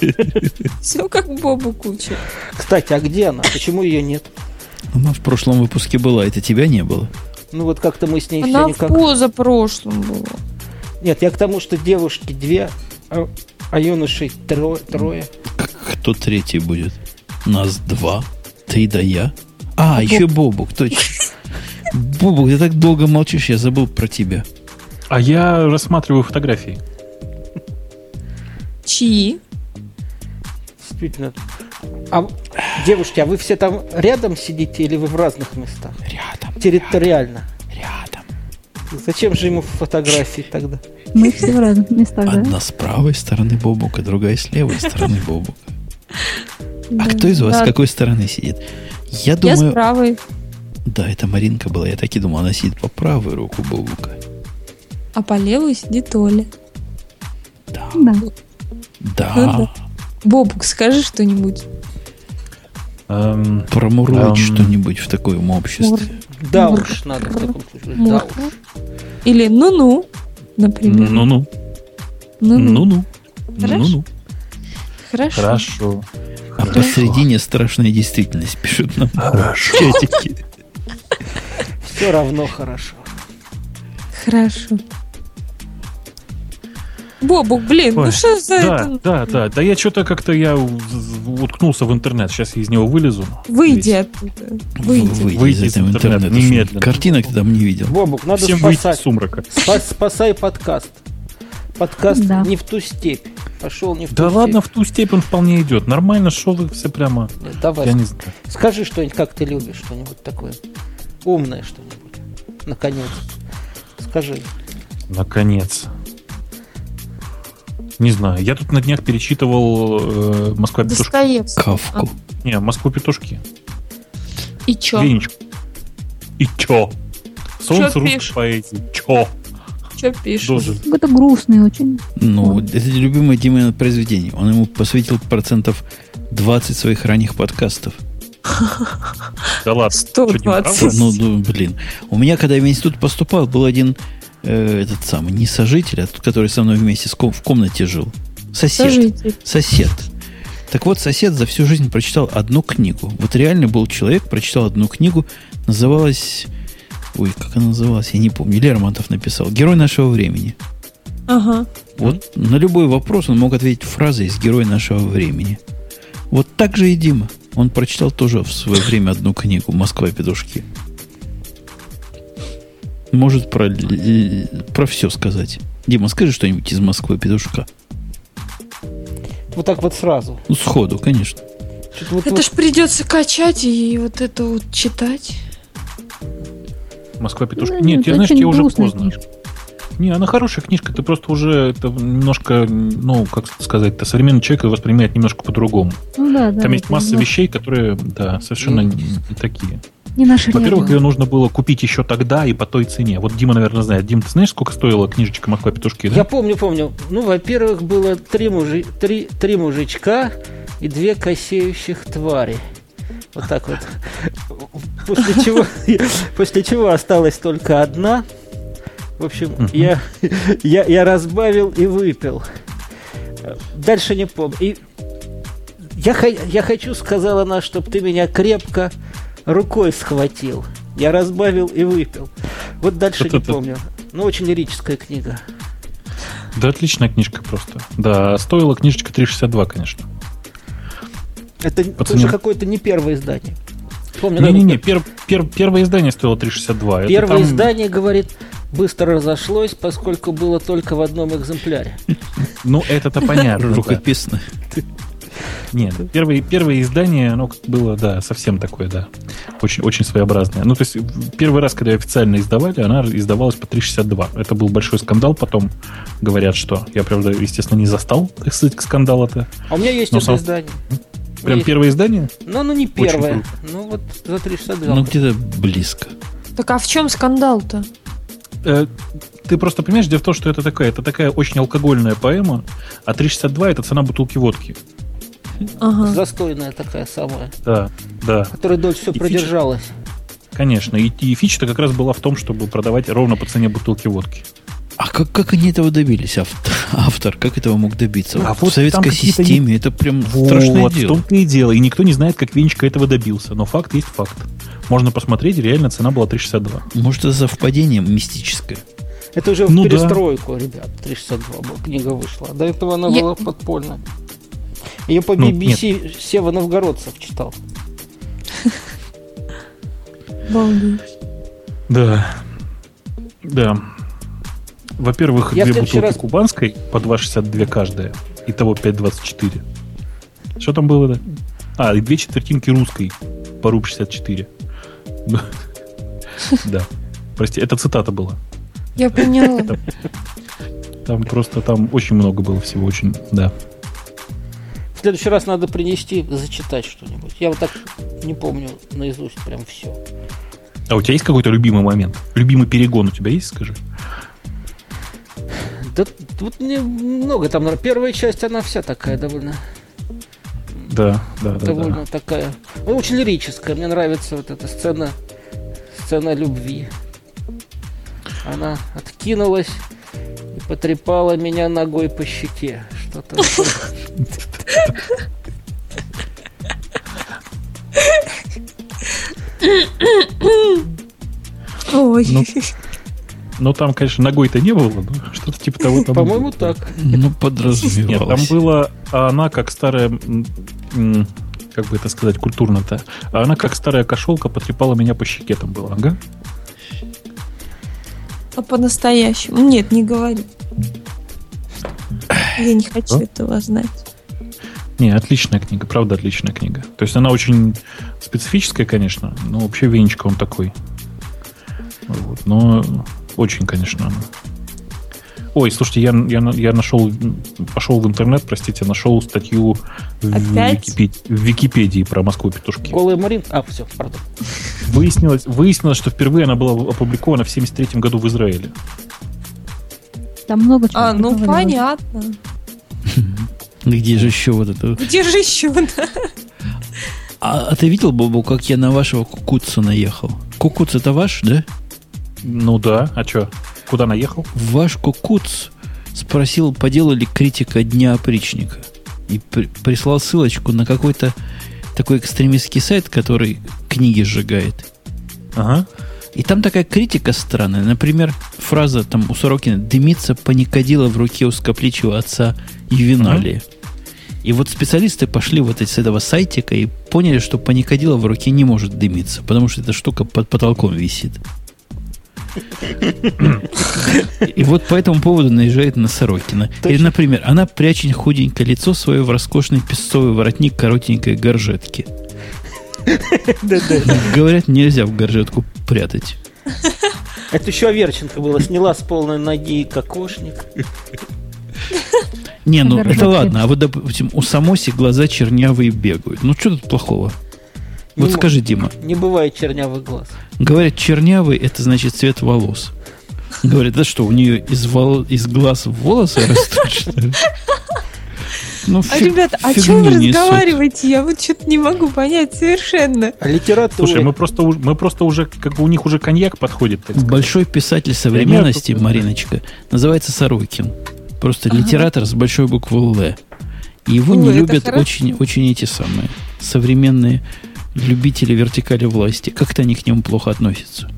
S2: Все как Бобу Куча.
S5: Кстати, а где она? Почему ее нет?
S1: Она в прошлом выпуске была, это тебя не было.
S5: Ну вот как-то мы с ней
S2: Она
S5: все
S2: в
S5: никак...
S2: позапрошлом была.
S5: Нет, я к тому, что девушки две, а, а юношей тро- трое.
S1: К- Кто третий будет? Нас два. Ты да я. А, еще Бобук, точно. Бобук, ты так долго молчишь, я забыл про тебя.
S3: А я рассматриваю фотографии.
S2: Чьи?
S5: Действительно. А в- девушки, а вы все там рядом сидите или вы в разных местах?
S1: Рядом,
S5: Территориально.
S1: рядом.
S5: Зачем же ему фотографии тогда?
S4: Мы все в разных местах, да?
S1: Одна с правой стороны Бобука, другая с левой стороны Бобука. А
S2: Да.
S1: кто из вас с
S2: Да,
S1: какой стороны сидит? Я
S2: Я с
S1: думаю,
S2: правой.
S1: да, это Маринка была. Я так и думал, она сидит по правую руку Бобука.
S2: А по левой сидит Оля.
S1: Да.
S4: Да.
S1: Да.
S2: Ну Бобук, скажи что-нибудь.
S3: Эм, Эм.
S1: Промурлать что-нибудь в таком обществе.
S5: Да
S2: Мур.
S5: уж надо в таком случае.
S2: Мур.
S5: Да уж.
S2: Или ну-ну, например.
S3: Ну-ну.
S2: Ну-ну.
S3: Ну-ну.
S2: Хорошо.
S3: Ну-ну.
S2: Хорошо.
S3: Хорошо.
S1: А посредине страшная действительность пишут нам в
S3: Хорошо.
S1: чатике.
S5: Все равно хорошо.
S2: Хорошо. Бобук, блин,
S3: Ой,
S2: ну что за
S3: Да,
S2: это?
S3: да, да. Да я что-то как-то я у- з- уткнулся в интернет. Сейчас я из него вылезу.
S2: Выйди оттуда. Выйди.
S1: Выйди
S3: Выйди
S1: из
S3: из
S1: этого
S3: интернета
S1: интернета. что
S3: немедленно.
S1: Картинок ты там не видел.
S5: Бобук,
S3: Весь.
S5: надо
S3: Всем выйти из
S5: спасать.
S3: сумрака.
S5: Спас- спасай подкаст. Подкаст
S4: Да.
S5: не в ту степь. Пошел не в ту
S3: Да
S5: степь.
S3: ладно, в ту степь он вполне идет. Нормально, шо вы все прямо.
S5: Нет, Ну, Давай.
S3: Я не знаю.
S5: Скажи что-нибудь, как ты любишь, что-нибудь такое. Умное что-нибудь. Наконец. Скажи.
S3: Наконец. Не знаю. Я тут на днях перечитывал э, Москва петушки.
S2: Достоевский.
S1: Кавку.
S3: Не, Москву петушки.
S2: И чё?
S3: Ленечку. И чё? Солнце
S2: Чё
S3: русской
S2: пишешь?
S3: поэзии. Чё?
S2: Чё пишешь?
S3: Должен.
S4: Какой-то грустный очень.
S1: Ну, это любимое Димина произведение. Он ему посвятил процентов 20 своих ранних подкастов.
S3: Да ладно. Чё, не
S2: 120.
S3: правда?
S1: Ну, ну, блин. У меня, когда я в институт поступал, был один э, этот самый, не сожитель, а тот, который со мной вместе с ком- в комнате жил. Сосед.
S2: Скажите.
S1: Сосед. Так вот, сосед за всю жизнь прочитал одну книгу. Вот реально был человек, прочитал одну книгу, называлась... Ой, как она называлась, я не помню. Лермонтов написал. «Герой нашего времени».
S2: Ага.
S1: Вот на любой вопрос он мог ответить фразой из «Герой нашего времени». Вот так же и Дима. Он прочитал тоже в свое время одну книгу «Москва и петушки». Может про, л- л- про все сказать. Дима, скажи что-нибудь из «Москвы и петушка».
S5: Вот так вот сразу.
S1: Ну, сходу, конечно.
S5: Чё-то вот-
S2: Это
S5: вот-
S2: ж придется качать и вот это вот читать.
S3: Москва петушки.
S4: Ну,
S3: Нет, я,
S4: это
S3: знаешь,
S4: очень
S3: тебе уже
S4: грустная
S3: поздно.
S4: книжка.
S3: Не, она хорошая книжка, ты просто уже это немножко, ну, как сказать-то, современный человек её воспринимает немножко по-другому.
S4: Ну да, да.
S3: Там есть
S4: это
S3: масса
S4: не-
S3: вещей, которые, да, совершенно
S5: Ну,
S3: не не такие.
S4: Не наша
S3: Во-первых, ее
S4: реальность.
S3: нужно было купить еще тогда и по той цене. Вот Дима, наверное, знает. Дим, ты знаешь, сколько стоила книжечка «Москва петушки»? да?
S5: Я помню, помню. Ну, во-первых, было три, мужи... три, три мужичка и две косеющих твари. Вот так вот. После чего, после чего осталась только одна. В общем,
S3: Мгм.
S5: я, я, я разбавил и выпил. Дальше не помню. И я, хо- я хочу, сказала она, чтобы ты меня крепко рукой схватил. Я разбавил и выпил. Вот дальше не
S3: Вот это-
S5: помню. Ну, очень лирическая книга.
S3: Да, отличная книжка просто. Да, стоила книжечка 3,62, конечно.
S5: Это
S3: Пацаны.
S5: уже какое-то не первое издание. Помню, да,
S3: Не-не-не, пер- пер- первое издание стоило 3,62. Это
S5: первое
S3: там-
S5: издание, говорит, быстро разошлось, поскольку было только в одном экземпляре.
S3: Ну, это-то понятно. да.
S1: Рукописно.
S3: Нет, первое, первое издание, оно как было, да, совсем такое, да. Очень, очень своеобразное. Ну, то есть, в- первый раз, когда ее официально издавали, она издавалась по 3,62. Это был большой скандал потом. Говорят, что я, правда, естественно, не застал, так сказать, скандала-то.
S5: А у меня есть
S3: Ну,
S5: это
S3: сам-
S5: издание.
S3: Прям
S5: Есть.
S3: первое издание?
S5: Но оно не
S3: Очень
S5: первое.
S3: круто.
S5: Ну вот за 362.
S1: Ну, где-то близко.
S2: Так а в чем скандал-то?
S3: Э, ты просто понимаешь, дело в том, что это такая, это такая очень алкогольная поэма, а 3,62 это цена бутылки водки.
S2: Ага.
S5: Застойная такая самая,
S3: Да, да,
S5: которая дольше всего
S3: И фича.
S5: продержалась.
S3: конечно. И, и фича-то как раз была в том, чтобы продавать ровно по цене бутылки водки.
S1: А как, как они этого добились, автор? автор как этого мог добиться?
S3: А
S1: в
S3: вот
S1: советской
S3: там какие-то не-
S1: системе это прям
S3: Вот,
S1: страшное
S3: в
S1: дело.
S3: том-то и дело. И никто не знает, как Венечка этого добился. Но факт есть факт. Можно посмотреть, реально цена была 3,62.
S1: Может, это совпадение мистическое?
S5: Это уже
S3: Ну
S5: в
S3: да.
S5: перестройку, ребят, 362 была, книга вышла. До этого она
S2: Я-
S5: была подпольна. Ее по
S3: Ну,
S5: BBC Сева Новгородцев читал.
S2: Обалдеть.
S3: Да. Да. Во-первых,
S5: Я в
S3: две
S5: следующий
S3: бутылки
S5: раз-
S3: кубанской по 2,62 каждая. Итого 5,24. Что там было-то? А, и две четвертинки русской по руб 64. Ну, Да. Прости, это цитата была.
S2: Я поняла.
S3: Там просто там очень много было всего, очень, да.
S5: В следующий раз надо принести, зачитать что-нибудь. Я вот так не помню наизусть прям все.
S3: А у тебя есть какой-то любимый момент? Любимый перегон у тебя есть, скажи?
S5: Да тут не много там. наверное, Первая часть, она вся такая довольно,
S3: Да, да, да. да.
S5: довольно такая. Ну, очень лирическая. Мне нравится вот эта сцена, сцена любви. Она откинулась и потрепала меня ногой по щеке. Что-то такое.
S2: Ой.
S3: Ну, Но там, конечно, ногой-то не было, но что-то типа того там.
S5: По-моему,
S3: было.
S5: так.
S1: Ну,
S3: Нет, там
S1: подразумевалось.
S3: было, а она как старая, м, м, как бы это сказать, культурно-то, а она как старая кошелка потрепала меня по щеке там была, ага.
S2: А по-настоящему? Нет, не говори. Я не хочу
S3: Да?
S2: этого знать.
S3: Не, отличная книга, правда отличная книга. То есть она очень специфическая, конечно, но вообще Венечка он такой. Вот, но очень, конечно, она. Ой, слушайте, я, я, на- я нашел, пошел в интернет, простите, нашел статью в,
S2: Опять?
S3: Википед- в Википедии про Москву и петушки.
S5: Голая Марин. А, все, правда.
S3: Выяснилось, выяснилось, что впервые она была опубликована в 73 году в Израиле. э,
S4: Там много чего.
S2: А, ну
S4: прикольного.
S2: понятно.
S1: Где же еще вот это?
S2: Где же еще?
S1: А, а ты видел, Бобу, как я на вашего кукуца наехал? Кукуц это ваш, да?
S3: Ну да, а что? Куда наехал?
S1: Ваш кукуц спросил, поделали критика Дня опричника. И при- прислал ссылочку на какой-то такой экстремистский сайт, который книги сжигает.
S3: Ага.
S1: И там такая критика странная. Например, фраза там у Сорокина «дымится паникодила в руке узкоплечего отца Ювеналия». И вот специалисты пошли вот из этого сайтика и поняли, что паникодила в руке не может дымиться, потому что эта штука под потолком висит. И вот по этому поводу наезжает на Сорокина. Или,
S5: Точно.
S1: например, она прячет худенькое лицо свое в роскошный песцовый воротник коротенькой горжетки. Говорят, нельзя в горжетку прятать.
S5: Это еще Аверченко было. Сняла с полной ноги кокошник.
S1: Не, ну
S4: Наверное,
S1: это
S4: вообще.
S1: ладно. А вот, допустим, у Самоси глаза чернявые бегают. Ну, что тут плохого? Вот
S5: Не мо-
S1: скажи, Дима.
S5: Не бывает чернявых глаз.
S1: Говорят, чернявый – это значит цвет волос. Говорят, да что, у нее из, вол- из глаз волосы растут, что ли? Ну,
S2: А,
S1: фиг-
S2: ребята, а
S1: фигню
S2: чем вы
S1: несут.
S2: разговариваете? Я вот что-то не могу понять совершенно.
S5: А литература.
S3: Слушай, ну, мы просто, уж- мы просто уже, как бы у них уже коньяк подходит, так сказать.
S1: Большой писатель современности,
S3: Понятно.
S1: Мариночка, называется Сорокин. Просто литератор с большой буквы «Л». И Его
S2: Ой,
S1: не
S2: это
S1: любят
S2: хорошо.
S1: очень, очень эти самые современные любители вертикали власти. Как-то они к нему плохо относятся.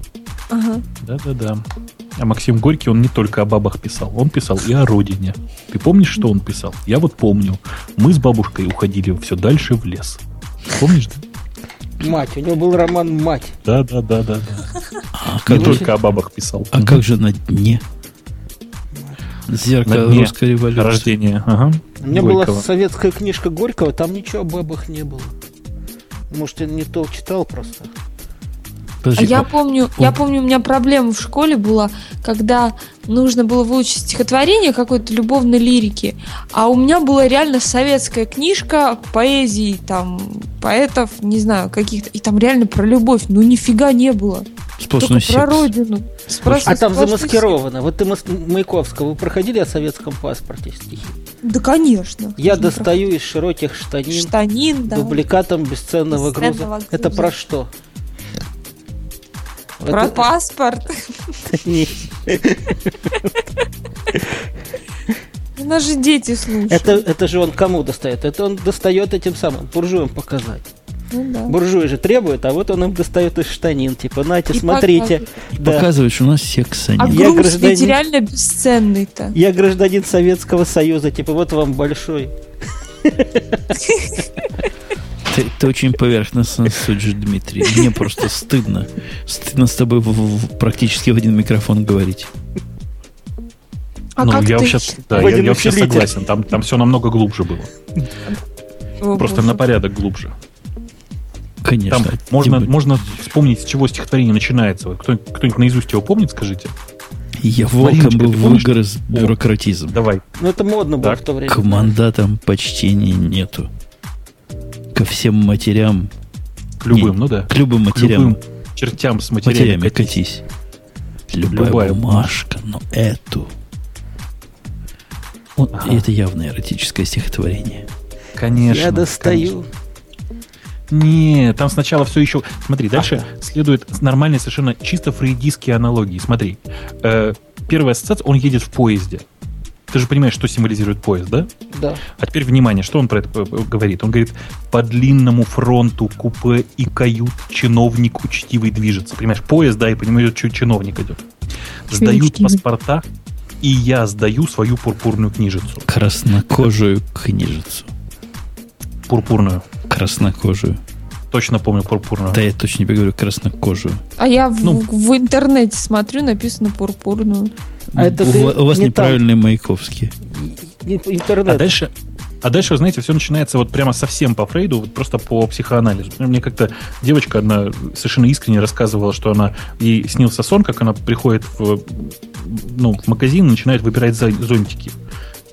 S2: Ага.
S3: Да-да-да. А Максим Горький, он не только о бабах писал, он писал и о родине. Ты помнишь, что он писал? Я вот помню. Мы с бабушкой уходили все дальше в лес. Помнишь,
S5: Мать. У него был роман «Мать».
S3: да? Да-да-да-да.
S1: А
S3: Не
S1: как же,
S3: только о бабах писал.
S1: а как же на дне? Зеркало
S3: На дне
S1: русской революции.
S3: Рождение, ага.
S5: У меня была
S3: Горького.
S5: советская книжка Горького, там ничего о бабах не было. Может, я не то читал просто.
S2: А
S1: Подожди,
S2: я
S1: а-
S2: помню, я помню, у меня проблема в школе была, когда нужно было выучить стихотворение какой-то любовной лирики, а у меня была реально советская книжка поэзии, там, поэтов, не знаю, каких-то, и там реально про любовь, ну нифига не было.
S1: сплошной
S2: Только про
S1: секс.
S2: родину. Сплошной-
S5: а там
S2: сплошной
S5: замаскировано. Вот ты Мас- Маяковского, вы проходили о советском паспорте стихи?
S2: Да, конечно.
S5: Я Ну,
S2: Нужно
S5: достаю из широких штанин,
S2: проходить. штанин, да.
S5: дубликатом бесценного,
S2: Бесценного
S5: груза. Это
S2: груза.
S5: про что?
S2: Про
S5: Это-
S2: паспорт.
S5: Не,
S2: У нас же дети слушают.
S5: Это, это же он кому достает? Это он достает этим самым буржуям показать.
S2: Ну да.
S5: Буржуи же требуют, а вот он им достает из штанин. Типа, нате,
S2: И
S5: смотрите.
S1: И
S5: Да.
S1: показывает, что у нас секса
S2: А
S1: нет.
S5: Я
S2: груз ведь
S5: гражданин.
S2: реально бесценный-то.
S5: Я гражданин Советского Союза, типа, вот вам большой.
S1: Ты, ты очень поверхностно судишь, Дмитрий. Мне просто стыдно. Стыдно с тобой в- в- практически в один микрофон говорить.
S2: А
S3: ну,
S2: как ты
S3: я вообще,
S2: их-
S3: да, я,
S5: Водяной
S3: я вообще
S5: филитер.
S3: согласен. Там, там все намного глубже было.
S2: О,
S3: Просто
S2: боже.
S3: на порядок глубже.
S1: Конечно.
S3: Там
S1: а тем
S3: можно,
S1: более.
S3: можно вспомнить, с чего стихотворение начинается. Вот кто- Кто-нибудь наизусть его помнит, скажите?
S1: Я волком
S3: Вареночка,
S1: был
S3: ты помнишь?
S1: выгород бюрократизм.
S3: Давай.
S5: Ну, это модно было
S3: Так.
S5: в то время.
S1: К мандатам почтений нету. Ко всем матерям,
S3: К любым,
S1: Не,
S3: ну да.
S1: к любым
S3: К
S1: матерям,
S3: любым чертям с матерями.
S1: матерями катись. Любая,
S3: Любая
S1: бумажка, но эту. Вот
S3: Ага.
S1: Это явное эротическое стихотворение.
S3: Конечно.
S5: Я достаю.
S3: конечно. Не, там сначала все еще... Смотри, дальше следует нормальные совершенно чисто фрейдистские аналогии. Смотри, э, первая ассоциация, он едет в поезде. Ты же понимаешь, что символизирует поезд, да?
S5: Да.
S3: А теперь внимание, что он про это э, говорит? Он говорит, по длинному фронту купе и кают чиновник учтивый движется. Понимаешь, поезд, да, и понимаешь, что чиновник идет. Сдают
S4: учтивый.
S3: паспорта, и я сдаю свою пурпурную книжицу.
S1: Краснокожую книжицу.
S3: Пурпурную.
S1: Краснокожую.
S3: Точно помню пурпурную.
S1: Да я точно тебе говорю краснокожую.
S2: А я в,
S3: Ну.
S2: в интернете смотрю, написано пурпурную.
S5: А это
S1: у,
S5: ты
S1: ва- у вас
S5: не там.
S1: неправильные маяковские.
S5: И- и- Интернет.
S3: А дальше, а дальше, вы знаете, все начинается вот прямо совсем по Фрейду, вот просто по психоанализу. Ну, Мне как-то девочка одна совершенно искренне рассказывала, что она ей снился сон, как она приходит в, ну, в магазин и начинает выбирать зон- зонтики.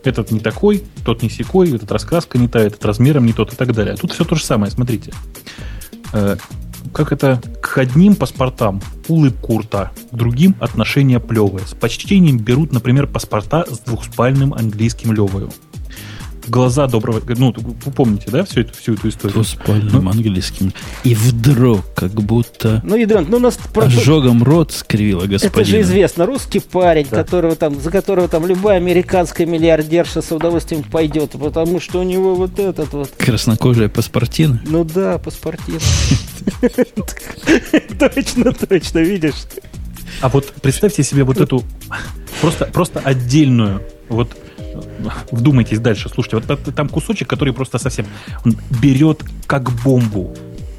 S3: Этот не такой, тот не секой, этот раскраска не та, этот размером не тот и так далее. А Тут все то же самое, смотрите. Э, Как это? К одним паспортам улыбку у рта, к другим отношения плевые. С почтением берут, например, паспорта с двухспальным английским левою глаза доброго... Ну, вы помните, да, всю эту, всю эту историю?
S1: Двуспальным английским. И вдруг, как будто
S5: Ну, Ядрен, ну у нас про-
S1: ожогом рот скривила господина.
S5: Это же известно, русский парень,
S3: Да.
S5: которого там, за которого там любая американская миллиардерша с удовольствием пойдет, потому что у него вот этот вот.
S1: Краснокожая паспортина.
S5: Ну да, паспортин. Точно, точно, видишь?
S3: А вот представьте себе вот эту просто, просто отдельную, вот вдумайтесь дальше, слушайте, вот это- там кусочек, который просто совсем он берет как бомбу,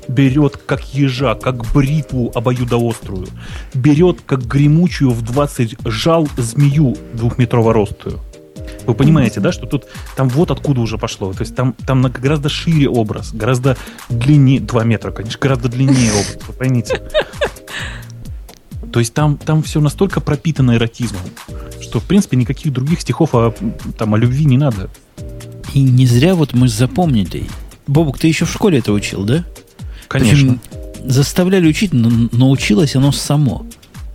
S3: берет как ежа, как бритву обоюдоострую, берет как гремучую в 20 жал змею двухметрово-ростую. Вы понимаете, да, что тут там вот откуда уже пошло. То есть там, там на- гораздо шире образ, гораздо длиннее, 2 метра, конечно, гораздо длиннее образ, вы поймите. То есть там, там все настолько пропитано эротизмом, что, в принципе, никаких других стихов о, там, о любви не надо.
S1: И не зря вот мы запомнили. Бобук, ты еще в школе это учил, да?
S3: Конечно.
S1: Причем заставляли учить, но научилось оно само.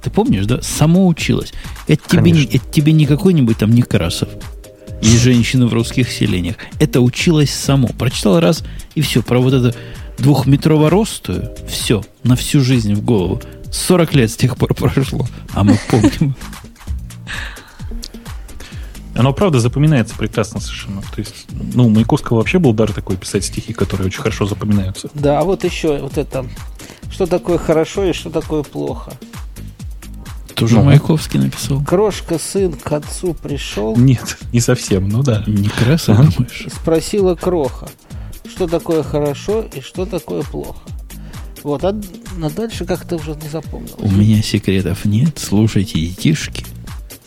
S1: Ты помнишь, да? Само училось. Это тебе, не-
S3: Конечно.
S1: это тебе не какой-нибудь там Некрасов и женщины в русских селениях. Это училось само. Прочитал раз, и все. Про вот это двухметрово ростую, все, на всю жизнь в голову. 40 лет с тех пор прошло, а мы помним.
S3: Оно, правда, запоминается прекрасно совершенно. То есть, ну, у Маяковского вообще был дар такой писать стихи, которые очень хорошо запоминаются.
S5: Да, а вот еще вот это. там. Что такое хорошо и что такое плохо?
S1: Тоже
S3: Ну.
S1: Маяковский написал.
S5: Крошка, сын к отцу пришел
S3: Нет, не совсем, ну да.
S1: Некрасов,
S3: Ага.
S1: думаешь?
S5: и спросила кроха, что такое хорошо и что такое плохо. Вот, а, а дальше как-то уже не запомнил.
S1: У меня секретов нет, слушайте детишки.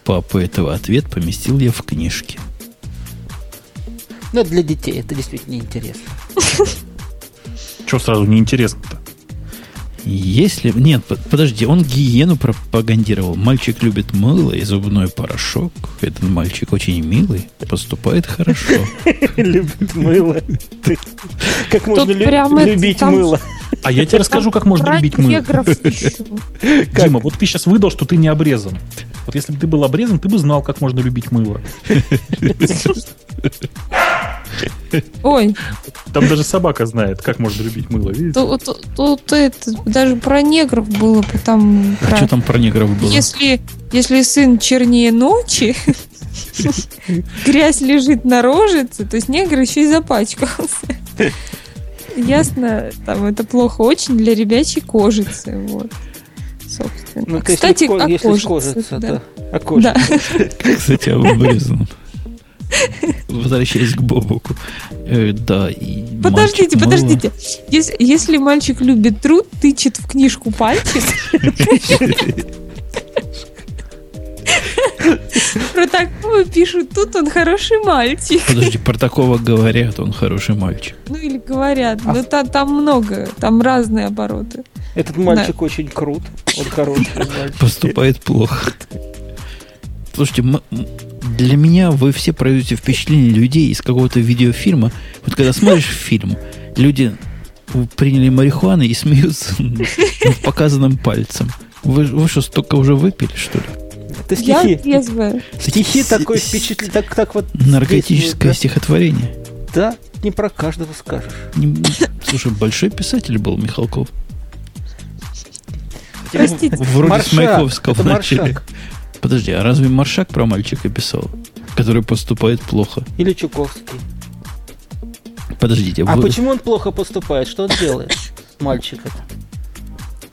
S1: Папа этого ответ поместил я в книжке.
S5: Ну, это для детей, это действительно интересно.
S3: Че сразу неинтересно-то?
S1: Если... Нет, под- подожди, он гиену пропагандировал. Мальчик любит мыло и зубной порошок. Этот мальчик очень милый, поступает хорошо.
S5: Любит мыло. Ты- Как можно лю-
S2: прям это,
S5: любить
S2: там-
S5: мыло?
S3: А я тебе расскажу, как можно
S2: Про
S3: любить мыло.
S2: негров ищу.
S3: Дима, вот ты сейчас выдал, что ты не обрезан. Вот если бы ты был обрезан, ты бы знал, как можно любить мыло.
S2: Ой,
S3: Там даже собака знает, как можно любить мыло, видите?
S2: тут, тут- тут это даже про негров было бы там.
S1: А
S2: про-
S1: что там про негров было?
S2: Если, если сын чернее ночи, грязь лежит на рожице, то есть негр еще и запачкался. Ясно, там это плохо очень для ребячей кожицы. Вот. Собственно.
S5: Ну, если
S2: Кстати,
S5: ко-
S2: о
S5: если
S2: кожице,
S5: скожится,
S2: да.
S5: да. О коже.
S2: Да.
S1: Кстати, об обрезанном. Возвращаясь к Бобуку. Э, да, и мальчик
S2: Подождите,
S1: мыло.
S2: подождите. Если, если мальчик любит труд, тычет в книжку пальчик. Про такого пишут, тут он хороший мальчик.
S1: Подожди, про такого говорят, он хороший мальчик.
S2: Ну или говорят,
S5: А
S2: ну та- там много, там разные обороты.
S5: Этот мальчик очень крут. Он хороший мальчик.
S1: Поступает плохо. Слушайте, м- м- для меня вы все производите впечатление людей из какого-то видеофильма. Вот когда смотришь фильм, люди приняли марихуаны и смеются над показанным пальцем. Вы, вы что, столько уже выпили, что ли?
S5: Ты
S2: Я
S5: стихи.
S2: трезвая.
S5: Стихи
S1: С-
S5: такой
S1: с-
S5: впечатление. Так, так вот.
S1: Наркотическое
S5: здесь,
S1: стихотворение.
S5: Да, не про каждого скажешь.
S1: Не- Слушай, большой писатель был Михалков.
S2: Простите.
S1: Вроде с
S5: Маршак.
S1: Маяковского
S5: Это
S1: начали.
S5: Маршак.
S1: Подожди, а разве Маршак про мальчика писал? Который поступает плохо.
S5: Или Чуковский.
S1: Подождите,
S5: А
S1: вы-
S5: почему он плохо поступает? Что он делает? Мальчик. этот?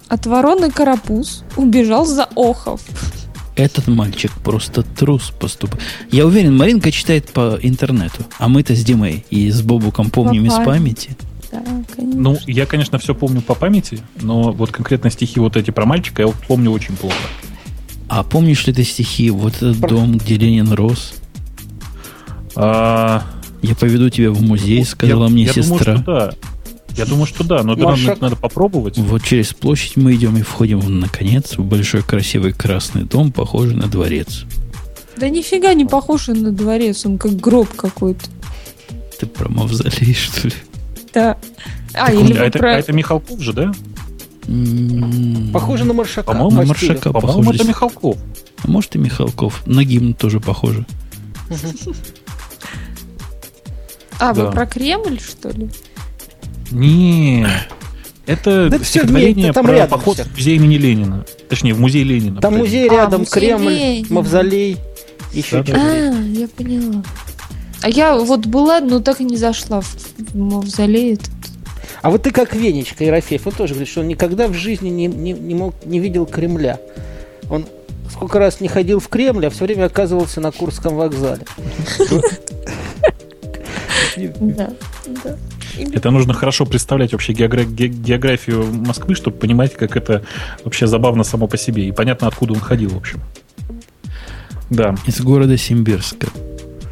S2: От вороны карапуз убежал за охов.
S1: этот мальчик просто трус поступает. Я уверен, Маринка читает по интернету. А мы-то с Димой и с Бобуком помним из
S2: памяти.
S1: памяти.
S2: Да, конечно.
S3: Ну, я, конечно, все помню по памяти, но вот конкретно стихи вот эти про мальчика я вот помню очень плохо.
S1: А помнишь ли ты стихи «Вот этот
S5: Про-
S1: дом, где Ленин рос»?
S3: А,
S1: Я поведу тебя в музей, сказала
S3: я-
S1: мне
S3: я думаю,
S1: сестра.
S3: что да. Я думаю, что да, но это
S5: Ну, а Маршак. А,
S3: надо, надо попробовать.
S1: Вот через площадь мы идем и входим, в, наконец, в большой красивый красный дом, похожий на дворец.
S2: Да нифига не похож он на дворец, он как гроб какой-то.
S1: Ты про мавзолей, что ли?
S2: Да. А,
S1: Так
S2: или
S3: а,
S2: вы
S3: это, а
S2: про...
S3: это Михалков же, да? М-м-м.
S1: М,
S5: Похоже на Маршака.
S3: По-моему, а
S5: по
S1: на А,
S5: стилю.
S1: ну, Маршака. Да,
S3: По-моему,
S1: похоже,
S3: это
S1: здесь-
S3: Михалков.
S1: А может и Михалков. На гимн тоже похоже.
S2: А, вы
S3: да.
S2: про Кремль, что ли?
S3: Не, это
S5: Да это всё
S3: стихотворение
S5: вместе, там
S3: про
S5: рядом
S3: поход
S5: всё.
S3: в музей имени Ленина. Точнее, в музей Ленина.
S5: Там
S3: Блин.
S5: музей
S2: А,
S5: рядом,
S2: музей
S5: Кремль,
S2: Ленина.
S5: мавзолей. Еще
S3: Да, да.
S5: что-то.
S2: А, я поняла. А я вот была, но так и не зашла в, в мавзолей. этот.
S5: А вот ты как Венечка Ерофеев, он тоже говорит, что он никогда в жизни не, не- не мог, не видел Кремля. Он сколько раз не ходил в Кремль, а все время оказывался на Курском вокзале.
S3: Э,
S2: Да, да.
S3: Это нужно хорошо представлять вообще геогра- ге- географию Москвы, чтобы понимать, как это вообще забавно само по себе. И понятно, откуда он ходил, в общем. Да.
S1: Из города Симбирска.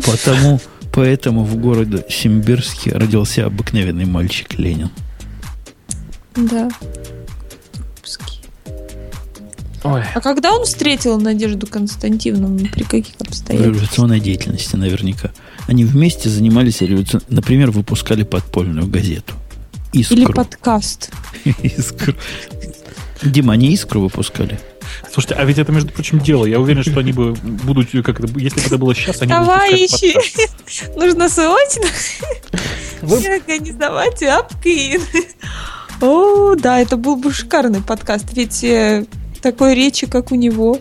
S1: Потому, поэтому в городе Симбирске родился обыкновенный мальчик Ленин.
S2: Да. А когда он встретил Надежду Константиновну? ну, При каких
S1: В
S2: обстоятельствах?
S1: революционной деятельности наверняка. Они вместе занимались революцион... Например, выпускали подпольную газету. Искру.
S2: Или подкаст?
S1: Искру. Дима, они искру выпускали?
S3: Слушайте, а ведь это, между прочим, дело. Я уверен, что они бы будут, как это, если бы это было сейчас, они бы
S2: Товарищи,
S3: выпускали подкаст.
S2: нужно срочно
S5: Вы-
S2: организовать апкин. О, да, это был бы шикарный подкаст, ведь э, такой речи, как у него.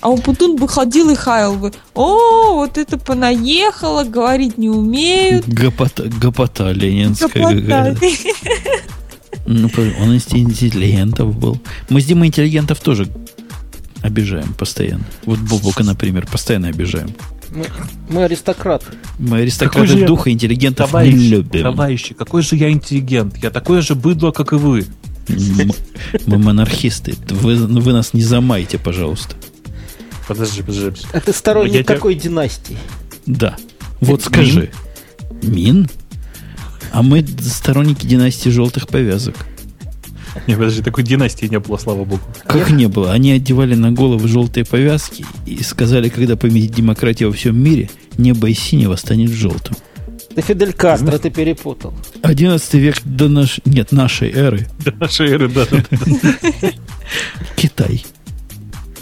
S2: А у Путун бы ходил и хаял бы. О, вот это понаехало, говорить не умеют.
S1: Гопота, гопота ленинская.
S2: Заплатали.
S1: какая-то. Ну, подожди, он из интеллигентов был. Мы с Димой интеллигентов тоже обижаем постоянно. Вот Бобука, например, постоянно обижаем.
S5: Мы, мы аристократы.
S1: Мы
S3: Какой же
S1: аристократы
S3: я-
S1: духа интеллигентов не
S3: Товарищи,
S1: любим.
S3: товарищи, какой же я интеллигент. Я такое же быдло, как и вы.
S1: М- Мы монархисты. Вы, вы нас не замайте, пожалуйста.
S3: Подожди, подожди.
S5: А
S3: Ну,
S5: ты
S3: Я
S5: сторонник
S3: тебя-
S5: какой династии?
S1: Да. Вот скажи. Мин? А мы сторонники династии желтых повязок.
S3: Не, подожди, такой династии не было, слава богу.
S1: Как не было? Они одевали на головы желтые повязки и сказали, когда победит демократия во всем мире, небо из синего станет желтым.
S5: Да Фидель Кастро ты перепутал.
S1: 11 век до наш... Нет, нашей эры.
S3: До нашей эры, да.
S1: Китай.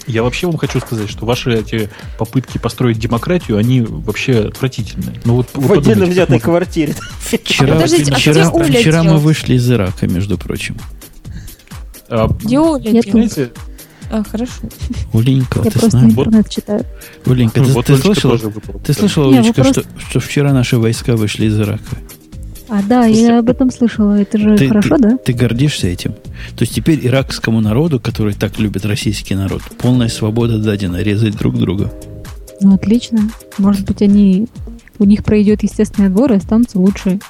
S3: Я вообще вам хочу сказать, что ваши эти попытки построить демократию, они вообще отвратительные. Ну вот,
S5: в
S3: вот
S5: отдельно
S3: подумайте,
S5: взятой
S3: как можно.
S5: квартире.
S1: Вчера,
S2: подождите, а
S1: вчера,
S2: где Оля
S1: вчера мы
S2: делась?
S1: вышли из Ирака, между прочим.
S3: А,
S2: Где Оля?
S4: Я
S2: делась?
S4: тут.
S3: знаете,
S2: А, хорошо.
S1: Оленька,
S4: Я
S1: ты с
S4: просто
S1: нами?
S4: интернет читаю.
S1: Оленька, ты,
S3: вот
S1: ты
S3: Олечка
S1: слышала?
S3: тоже выпала.
S1: Ты слышала,
S4: Не, ну
S1: Олечка,
S4: вы
S1: что, что вчера наши войска вышли из Ирака?
S4: А, да, я об этом слышала. Это же
S1: Ты-
S4: хорошо, да?
S1: Ты гордишься этим? То есть теперь иракскому народу, который так любит российский народ, полная свобода дадена резать друг друга.
S4: Ну, отлично. Может быть, они... У них пройдет естественный отбор и останутся лучшие.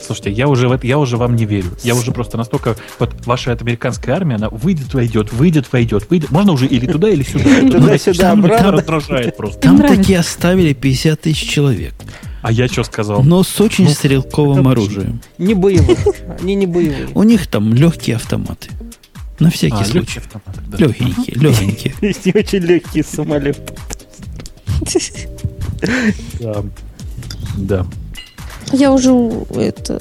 S3: Слушайте, я уже, в это, я уже вам не верю. Я уже просто настолько... Вот ваша эта американская армия, она выйдет, войдет, выйдет, войдет, выйдет. Можно уже или туда, или сюда.
S5: Туда-сюда,
S3: Она
S1: обратно.
S3: раздражает просто.
S1: Там
S4: нравится.
S1: такие оставили 50 тысяч человек,
S3: А я что сказал?
S1: но с очень
S3: Ну,
S1: стрелковым
S3: это
S1: оружием.
S5: Не боевые. Они не боевые.
S1: У них там легкие автоматы. На всякий
S3: А,
S1: случай.
S3: легкий автомат, да.
S1: Легенькие, легенькие.
S5: Есть не очень легкий самолет.
S3: Да. Да.
S2: Я уже это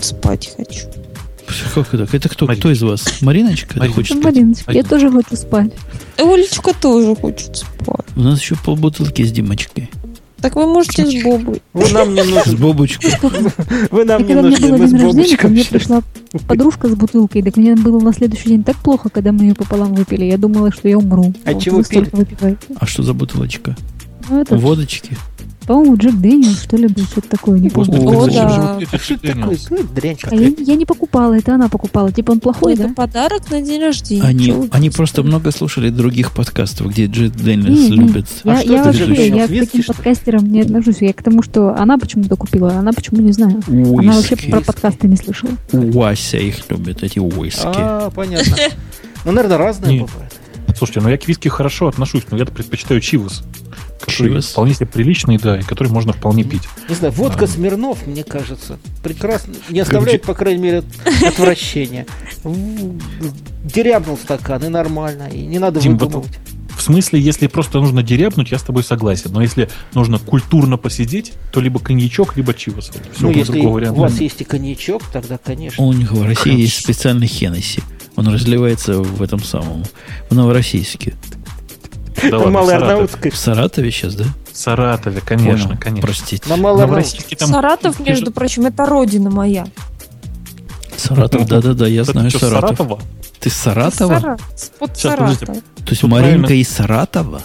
S2: спать хочу.
S1: Как это? Это кто?
S3: Марина.
S1: Кто из вас? Мариночка? Да
S3: Марина.
S1: хочет?
S4: Мариночка, я
S3: Один.
S4: тоже хочу спать.
S2: И Олечка тоже хочет спать.
S1: У нас еще полбутылки с Димочкой.
S2: Так вы можете с Бобой.
S5: Вы нам не
S1: С
S5: нужны.
S1: Бобочкой.
S5: Вы
S4: И
S5: нам не
S4: когда у меня
S5: нужны.
S4: было
S5: Мы с
S4: день рождения, ко
S5: бабочкой
S4: мне
S5: общались.
S4: пришла подружка с бутылкой, так мне было на следующий день так плохо, когда мы ее пополам выпили. Я думала, что я умру.
S5: А
S4: Вот
S5: чего
S4: вы столько выпиваете.
S1: А что за бутылочка?
S4: Ну, это,
S1: Водочки?
S4: по-моему, Джек Дэниел, что ли, был, что-то такое. Не
S3: Господи,
S4: помню.
S1: О,
S3: как зачем
S2: да.
S3: же вы пьете
S5: А что это
S3: Джек
S5: такое?
S3: Дэниелс?
S5: Ну, дрянь
S4: А я,
S5: какая.
S4: я не покупала, это она покупала. Типа он плохой,
S2: это
S4: да?
S2: подарок на день рождения.
S1: Они,
S2: Чё вы?
S1: они просто много слушали других подкастов, где Джет Дэнлис
S4: Не, не.
S1: любит.
S5: А
S4: я
S5: что
S4: я
S5: ты
S4: вообще,
S5: любишь?
S4: я к
S5: Виски,
S4: таким
S5: что ли?
S4: подкастерам не отношусь. Я к тому, что она почему-то купила, а она почему не знаю. Она вообще
S1: Уиски.
S4: про подкасты не слышала.
S1: Вася их любит, эти уиски.
S5: А, понятно. Ну, наверное, разные
S3: Не.
S5: бывают.
S3: Слушайте, ну я к виски хорошо отношусь, но я предпочитаю чивос. Который
S1: Чивос?
S3: вполне себе приличный, да, и который можно вполне пить.
S5: Не знаю, водка
S3: А.
S5: Смирнов, мне кажется, прекрасно. Не оставляет, по крайней мере, отвращения. М, Дерябнул стакан, и нормально. И не надо
S3: Дим, вот-
S5: выдумывать.
S3: В смысле, если просто нужно дерябнуть, я с тобой согласен. Но если нужно культурно посидеть, то либо коньячок, либо чивос. Вот, Все,
S5: Ну, если
S3: другого
S5: у
S3: варианта.
S5: вас есть и коньячок, тогда, конечно.
S1: У них в России
S3: Хорошо.
S1: есть специальный Хеннесси. Он разливается в этом самом, в Новороссийске.
S3: Да
S5: На
S3: ладно, в
S5: Малой
S3: Саратове.
S5: Арнаутской.
S1: В Саратове сейчас, да?
S3: В Саратове, конечно,
S1: Понял.
S3: ну, конечно.
S1: Простите.
S5: На Малой Арнаутской.
S3: Новороссийске там...
S2: Саратов,
S3: ты
S2: между
S3: же-
S2: прочим, это родина моя.
S1: Саратов, да-да-да, я
S3: Это
S1: знаю
S3: что,
S1: Саратов.
S3: Саратова?
S1: Ты из Саратова?
S2: Сара- Под
S3: Сейчас, подождите.
S2: Саратов.
S1: То есть
S3: Тут
S1: Маринка
S3: Ну, правильно.
S1: из Саратова?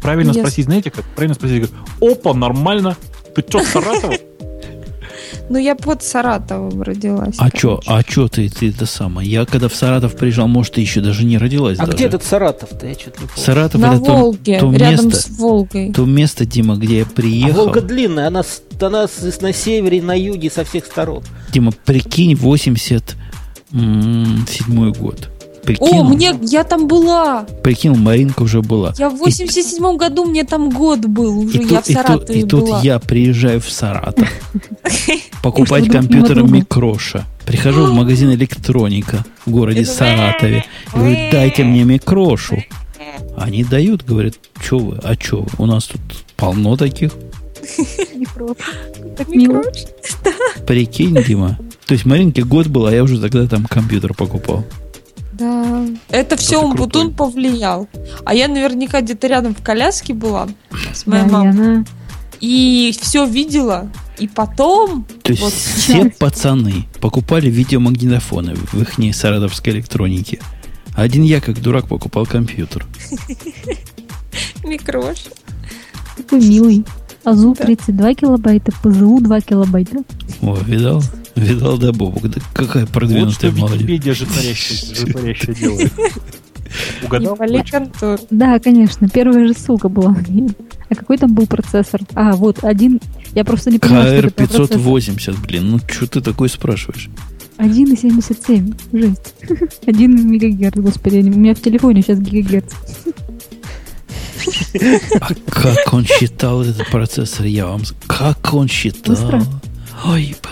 S3: Правильно
S2: Yes.
S3: спросить, знаете как? Правильно спросить, говорю, опа, нормально. Ты что, Саратова?
S2: Ну, я под Саратовым родилась.
S1: А чё, а чё ты, ты это самое? Я когда в Саратов приезжал, может, ты еще даже не родилась
S5: А
S1: даже.
S5: где этот Саратов-то? Я что-то не помню.
S1: Саратов
S2: На
S1: это то-
S2: Волге,
S1: то
S2: рядом
S1: место-
S2: с Волгой.
S1: То место, Дима, где я
S5: А
S1: приехал.
S5: Волга длинная, она, с- она с- на севере, и на юге, со всех сторон.
S1: Дима, прикинь, 87 год. Прикинь,
S2: О, мне, я там была.
S1: прикинь, Маринка уже была.
S2: Я в 87-м году, мне там год был уже, я в
S1: и, тут,
S2: Саратове
S1: и тут
S2: была.
S1: я приезжаю в Саратов покупать
S4: И что, друг мимо
S1: компьютер
S4: друга?
S1: Микроша. Прихожу в магазин электроника в городе
S2: Это-
S1: Саратове. И говорю, дайте мне Микрошу. Они дают, говорят, что вы, а что вы? У нас тут полно таких.
S4: Так мило.
S1: Прикинь, Дима. То есть Маринке год был, а я уже тогда там компьютер покупал.
S2: Да. Это все
S3: ты
S2: Умпутун повлиял. А я наверняка где-то рядом в коляске была с моей
S4: Да, и
S2: мамой.
S4: она-
S2: И все видела. И потом
S1: То есть
S2: Вот
S1: все пацаны покупали видеомагнитофоны в их саратовской электронике. А Один я, как дурак, покупал компьютер.
S2: микрош.
S4: Такой милый. А АЗУ 32 килобайта, ПЗУ 2 килобайта.
S1: О, видал? Видал, да, Бобок. Да какая
S3: Вот что
S1: продвинутая молодежь.
S3: Википедия житворящая житворящая делает. Угадал?
S2: контор.
S4: Да, конечно, первая же ссылка была. на неё. А какой там был процессор? А, вот, один... Я просто не понимаю, что
S1: КР
S4: это был процессор.
S1: 580, блин, ну что ты такой спрашиваешь?
S4: 1,77. Жесть. 1 мегагерц, господи. я не- У меня в телефоне сейчас гигагерц.
S1: А как он считал этот процессор, я вам... с- Как он считал?
S4: Быстро.
S1: Ой, б-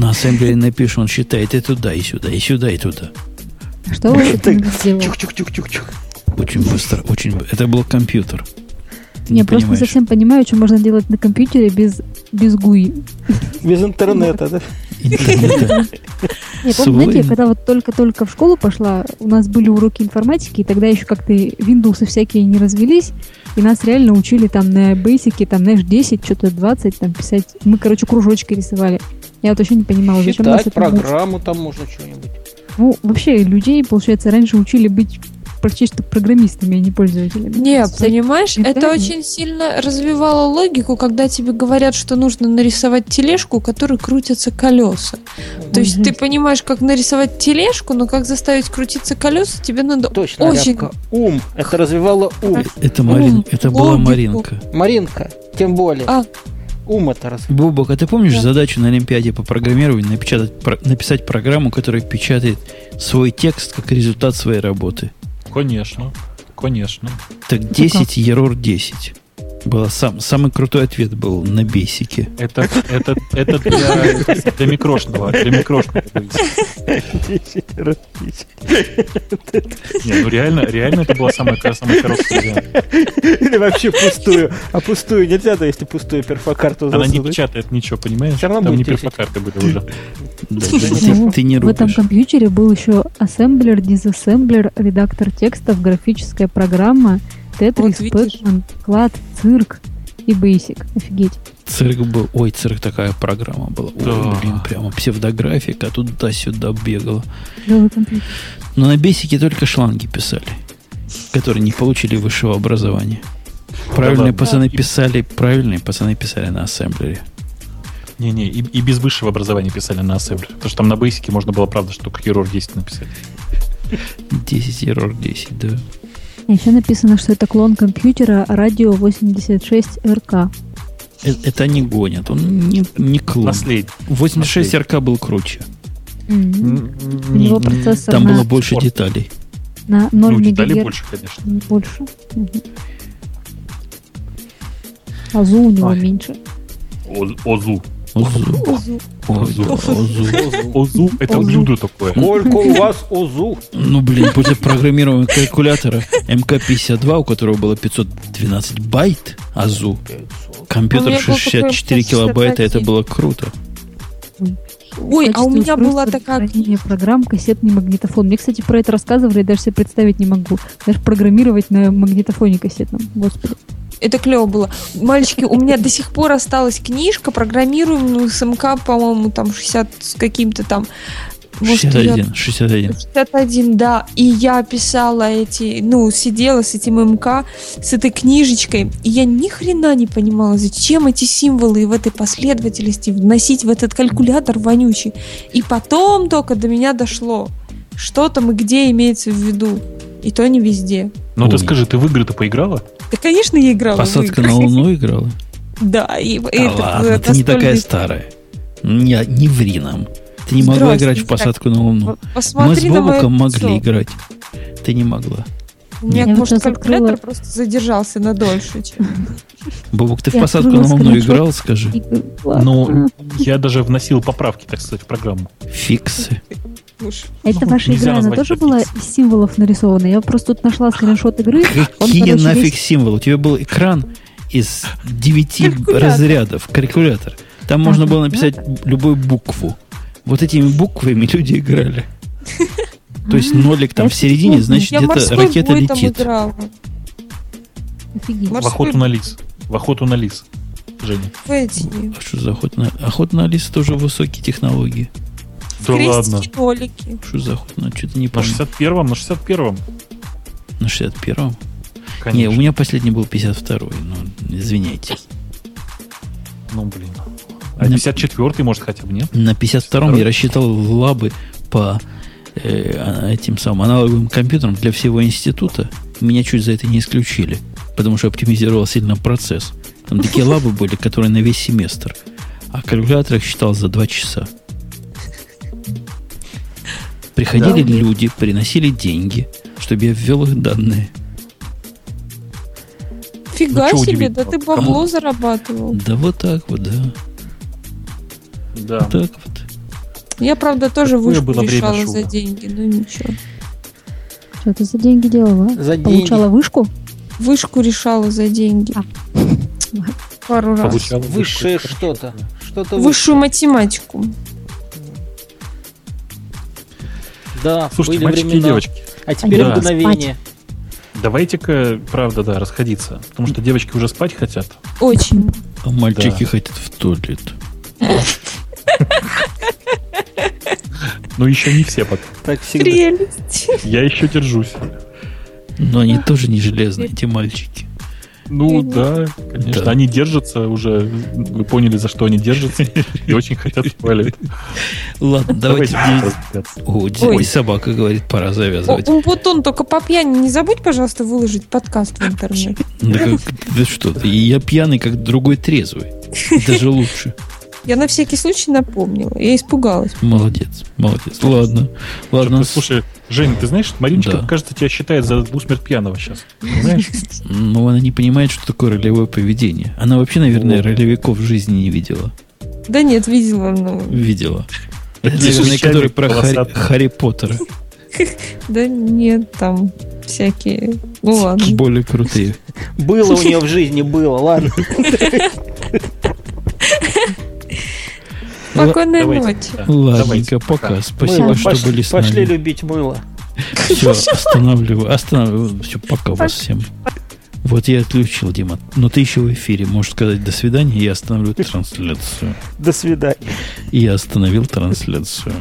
S1: на ассемблере напишешь, он считает и туда, и сюда, и сюда, и туда.
S4: Что вы
S5: Так,
S4: это сделали?
S5: Чук-чук-чук-чук-чук.
S1: Очень быстро, очень... б- Это был компьютер. Ты не
S4: Я просто не
S1: понимаешь.
S4: совсем понимаю, что можно делать на компьютере без, без GUI.
S5: Без интернета, да?
S1: интернета.
S4: Нет,
S1: Свой.
S4: помните, я когда вот только-только в школу пошла, у нас были уроки информатики, и тогда еще как-то Windows всякие не развелись, и нас реально учили там на бейсике, там, знаешь, 10, что-то 20, там, писать. Мы, короче, кружочки рисовали. Я вот вообще не понимала, зачем нас
S5: Считать
S4: это мучить.
S5: программу там можно что-нибудь.
S4: Ну, вообще, людей, получается, раньше учили быть практически программистами, а не пользователями.
S2: Не,
S4: Всякие-
S2: понимаешь,
S4: это
S2: это
S4: не-
S2: очень сильно развивало логику, когда тебе говорят, что нужно нарисовать тележку, у которой крутятся колеса. То есть
S4: Мгм.
S2: ты понимаешь, как нарисовать тележку, но как заставить крутиться колеса, тебе надо
S5: Точно,
S2: очень...
S5: Рябка, Ум. Это развивало ум.
S1: Это, Марин,
S2: Ум,
S1: это была
S2: логику.
S1: Маринка.
S5: Маринка, тем более.
S2: А.
S5: Ум это развивало.
S1: Бубок, а ты помнишь
S2: Да.
S1: задачу на Олимпиаде по программированию напечатать, про- написать программу, которая печатает свой текст как результат своей работы?
S3: Конечно. Конечно.
S1: Так 10, ерор 10. Было сам, самый крутой ответ был на бесике.
S3: Это, это, это для, для микрошного. Для микрошного. Не, ну реально, реально это была самая, кор- самая короткая вариант.
S5: Или вообще пустую. А пустую нельзя, да, если пустую перфокарту
S3: Она не
S5: засунуть.
S3: печатает ничего, понимаешь?
S5: Всё равно
S3: Там не
S5: будет 10.
S3: перфокарты были уже.
S1: Да,
S4: Слушай,
S1: ты-
S4: почему?
S1: ты не
S4: В этом
S1: рубишь.
S4: компьютере был еще ассемблер, дизассемблер, редактор текстов, графическая программа, Тетрис,
S2: Вот видишь.
S4: Пэкман, клад, цирк и Basic. Офигеть.
S1: Цирк был. Ой, цирк такая программа была.
S3: Да.
S1: Ой, блин, прямо псевдографика туда-сюда бегала.
S4: Белый компьютер.
S1: Но на бесике только шланги писали, которые не получили высшего образования. Правильные
S3: ладно.
S1: пацаны писали, правильные пацаны писали на ассемблере.
S3: Не-не, и, и без высшего образования писали на ассемблере. Потому что там на бейсике можно было, правда, что как ерор 10 написать.
S1: 10 error 10, да.
S4: Еще А написано, что это клон компьютера радио 86РК.
S1: Э- Это они гонят. Он не, не клон.
S3: Последний.
S1: 86 РК был круче.
S4: М. У него процессор
S1: Там
S4: на,
S1: было больше
S3: Спорт.
S1: деталей.
S4: на 0
S3: Ну, деталей
S4: мегагерц
S3: больше, конечно.
S4: больше. Мгм. А ЗУ у него
S3: Ой.
S4: меньше.
S3: О- Озу.
S1: Озу. Ой, да, Озу.
S5: Озу.
S3: Озу это
S4: Озу.
S3: блюдо такое.
S5: Сколько у вас ОЗУ?
S1: Ну, блин, после программирования калькулятора МК-52, у которого было 512 байт АЗУ,
S2: У меня
S1: компьютер
S2: был такой
S1: 64 килобайта, это
S2: 561.
S1: было круто.
S2: Ой, а у
S4: качестве
S2: меня была
S4: устройства для
S2: такая
S4: хранения программ, кассетный магнитофон. Мне, кстати, про это рассказывали, я даже себе представить не могу. Даже программировать на магнитофоне кассетном. Господи.
S2: Это клево было. Мальчики, у меня до сих пор осталась книжка, программируемую с МК, по-моему, там 60 с каким-то там. Может, я-
S1: 61, 61.
S2: 61, да. И я писала эти, ну, сидела с этим МК, с этой книжечкой, и я ни хрена не понимала, зачем эти символы и в этой последовательности вносить в этот калькулятор вонючий. И потом только до меня дошло, что там и где имеется в виду. И то не везде.
S3: Ну ты
S1: Ой.
S3: скажи, ты в игры-то поиграла?
S2: Да, конечно, я играла. в
S1: Посадка
S2: игры.
S1: на Луну играла?
S2: Да, и и
S1: Да
S2: это
S1: ладно, ты не
S2: настольный-
S1: такая старая. Не, не ври нам. Ты не могла
S2: Здрасте,
S1: играть в
S2: Здрасте.
S1: посадку на Луну. Ну, Мы с
S2: Посмотри на моё
S1: Бобуком могли
S2: лицо.
S1: играть. Ты не могла.
S2: У меня,
S4: Я вот
S2: может,
S4: сейчас открыла.
S2: калькулятор просто задержался на дольше, чем...
S1: Бобук, ты в
S4: Я
S1: посадку на
S4: открыла
S1: Луну
S4: скриншот.
S1: играл, скажи?
S4: И-
S3: Ну, я даже вносил поправки, так сказать, в программу.
S1: Фиксы.
S2: Слушай,
S4: Это ваша
S3: ну, нельзя
S4: игра, она
S3: назвать
S4: тоже
S3: это
S4: была
S3: пиццей.
S4: из символов нарисована. Я просто тут нашла скриншот игры. Он,
S1: Какие
S4: короче,
S1: нафиг
S4: весь-
S1: символы? У тебя был экран из 9
S2: Калькулятор.
S1: разрядов, калькулятор. Там можно было написать любую букву. Вот этими буквами люди играли. То есть нолик там в
S4: Это
S1: середине,
S4: сложно.
S1: значит,
S2: Я
S1: где-то
S2: морской
S1: ракета
S2: бой там
S1: летит.
S2: играла.
S4: Офигеть.
S3: В
S2: Морской
S3: охоту на лис. В охоту на лис. Женя.
S2: В эти...
S1: А что за охота на... Охота на лис тоже высокие технологии.
S3: Да ладно.
S2: крестики, нолики.
S1: Что за охота? Ну, что-то не
S3: На
S1: помню.
S3: 61-м, на 61-м.
S1: На 61-м? Не, у
S3: Конечно.
S1: меня последний был 52-й. Ну, извините.
S3: Ну, блин. А 54-й, может, хотя бы, нет?
S1: На 52-м я рассчитал лабы по э, а- этим самым аналоговым компьютерам для всего института. Меня чуть за это не исключили, потому что оптимизировал сильно процесс. Там такие лабы были, которые на весь семестр. А калькулятор их считал за 2 часа. Приходили
S4: Да.
S1: люди, приносили деньги, чтобы я ввел их данные. Ну,
S2: Фига
S3: чё
S2: себе,
S3: удивительного?
S2: да ты
S3: Кому?
S2: бабло зарабатывал.
S1: Да вот так вот, да.
S3: Да.
S1: Так вот.
S2: Я, правда, тоже
S3: Какое
S2: вышку
S3: было время
S2: решала
S3: шума?
S2: за деньги, но ничего.
S4: Что ты за деньги делала? а?
S5: За деньги.
S4: Получала вышку?
S2: Вышку решала за деньги.
S4: А.
S2: Пару раз.
S3: Получал
S5: Высшее что-то. Что-то
S2: Высшую математику.
S5: высшее. Да,
S3: Слушайте,
S5: были
S3: мальчики и
S5: времена.
S3: девочки,
S5: А теперь
S3: Да.
S5: мгновение.
S3: давайте-ка, правда, да, расходиться. Потому что девочки уже спать хотят.
S2: Очень.
S1: А мальчики
S3: Да.
S1: хотят в туалет.
S3: Но еще не все пока.
S5: Так всегда.
S2: Прелесть.
S3: Я еще держусь.
S1: Но они тоже не железные, эти мальчики.
S3: Ну
S2: Мгм.
S3: да, конечно.
S1: Да.
S3: Они держатся уже. Вы поняли, за что они держатся. И очень хотят в туалет.
S1: Ладно, давайте...
S3: Давайте разбираться.
S1: О, здесь
S2: Ой.
S1: собака говорит, пора
S2: О,
S1: завязывать.
S2: Умпутун, только по пьяни не забудь, пожалуйста, выложить подкаст в интернет.
S1: Да, как- да что ты, я пьяный, как другой трезвый. Даже лучше.
S2: Я на всякий случай напомнила. Я испугалась.
S1: Молодец, молодец. Ладно, ладно.
S3: Слушай, Жень, ты знаешь, Мариночка,
S1: Да.
S3: кажется, тебя считает за двусмерть пьяного сейчас. Знаешь?
S1: Ну, она не понимает, что такое ролевое поведение. Она вообще, наверное,
S3: Вот.
S1: ролевиков в жизни не видела.
S2: Да нет, видела. Ну,
S1: Видела. Это,
S3: Где
S1: наверное,
S3: же
S1: которые про
S3: начальник
S1: Харри,
S3: полосатый?
S1: Харри Поттера.
S2: да нет, там всякие. Ну ладно.
S1: Более крутые.
S5: Было у нее в жизни, было, ладно.
S2: Спокойной
S3: Давайте.
S2: ночи.
S3: Да, давайте.
S1: Ладненько, пока. Спасибо,
S5: Мыло.
S1: что
S5: Пошли-
S1: были с
S5: Пошли
S1: нами.
S5: любить мыло.
S1: Все, останавливаю. Останавливаю. Все, пока вас всем. Вот я отключил, Дима. Но ты еще в эфире. Можешь сказать до свидания, я остановлю трансляцию.
S5: До свидания.
S1: И я остановил трансляцию.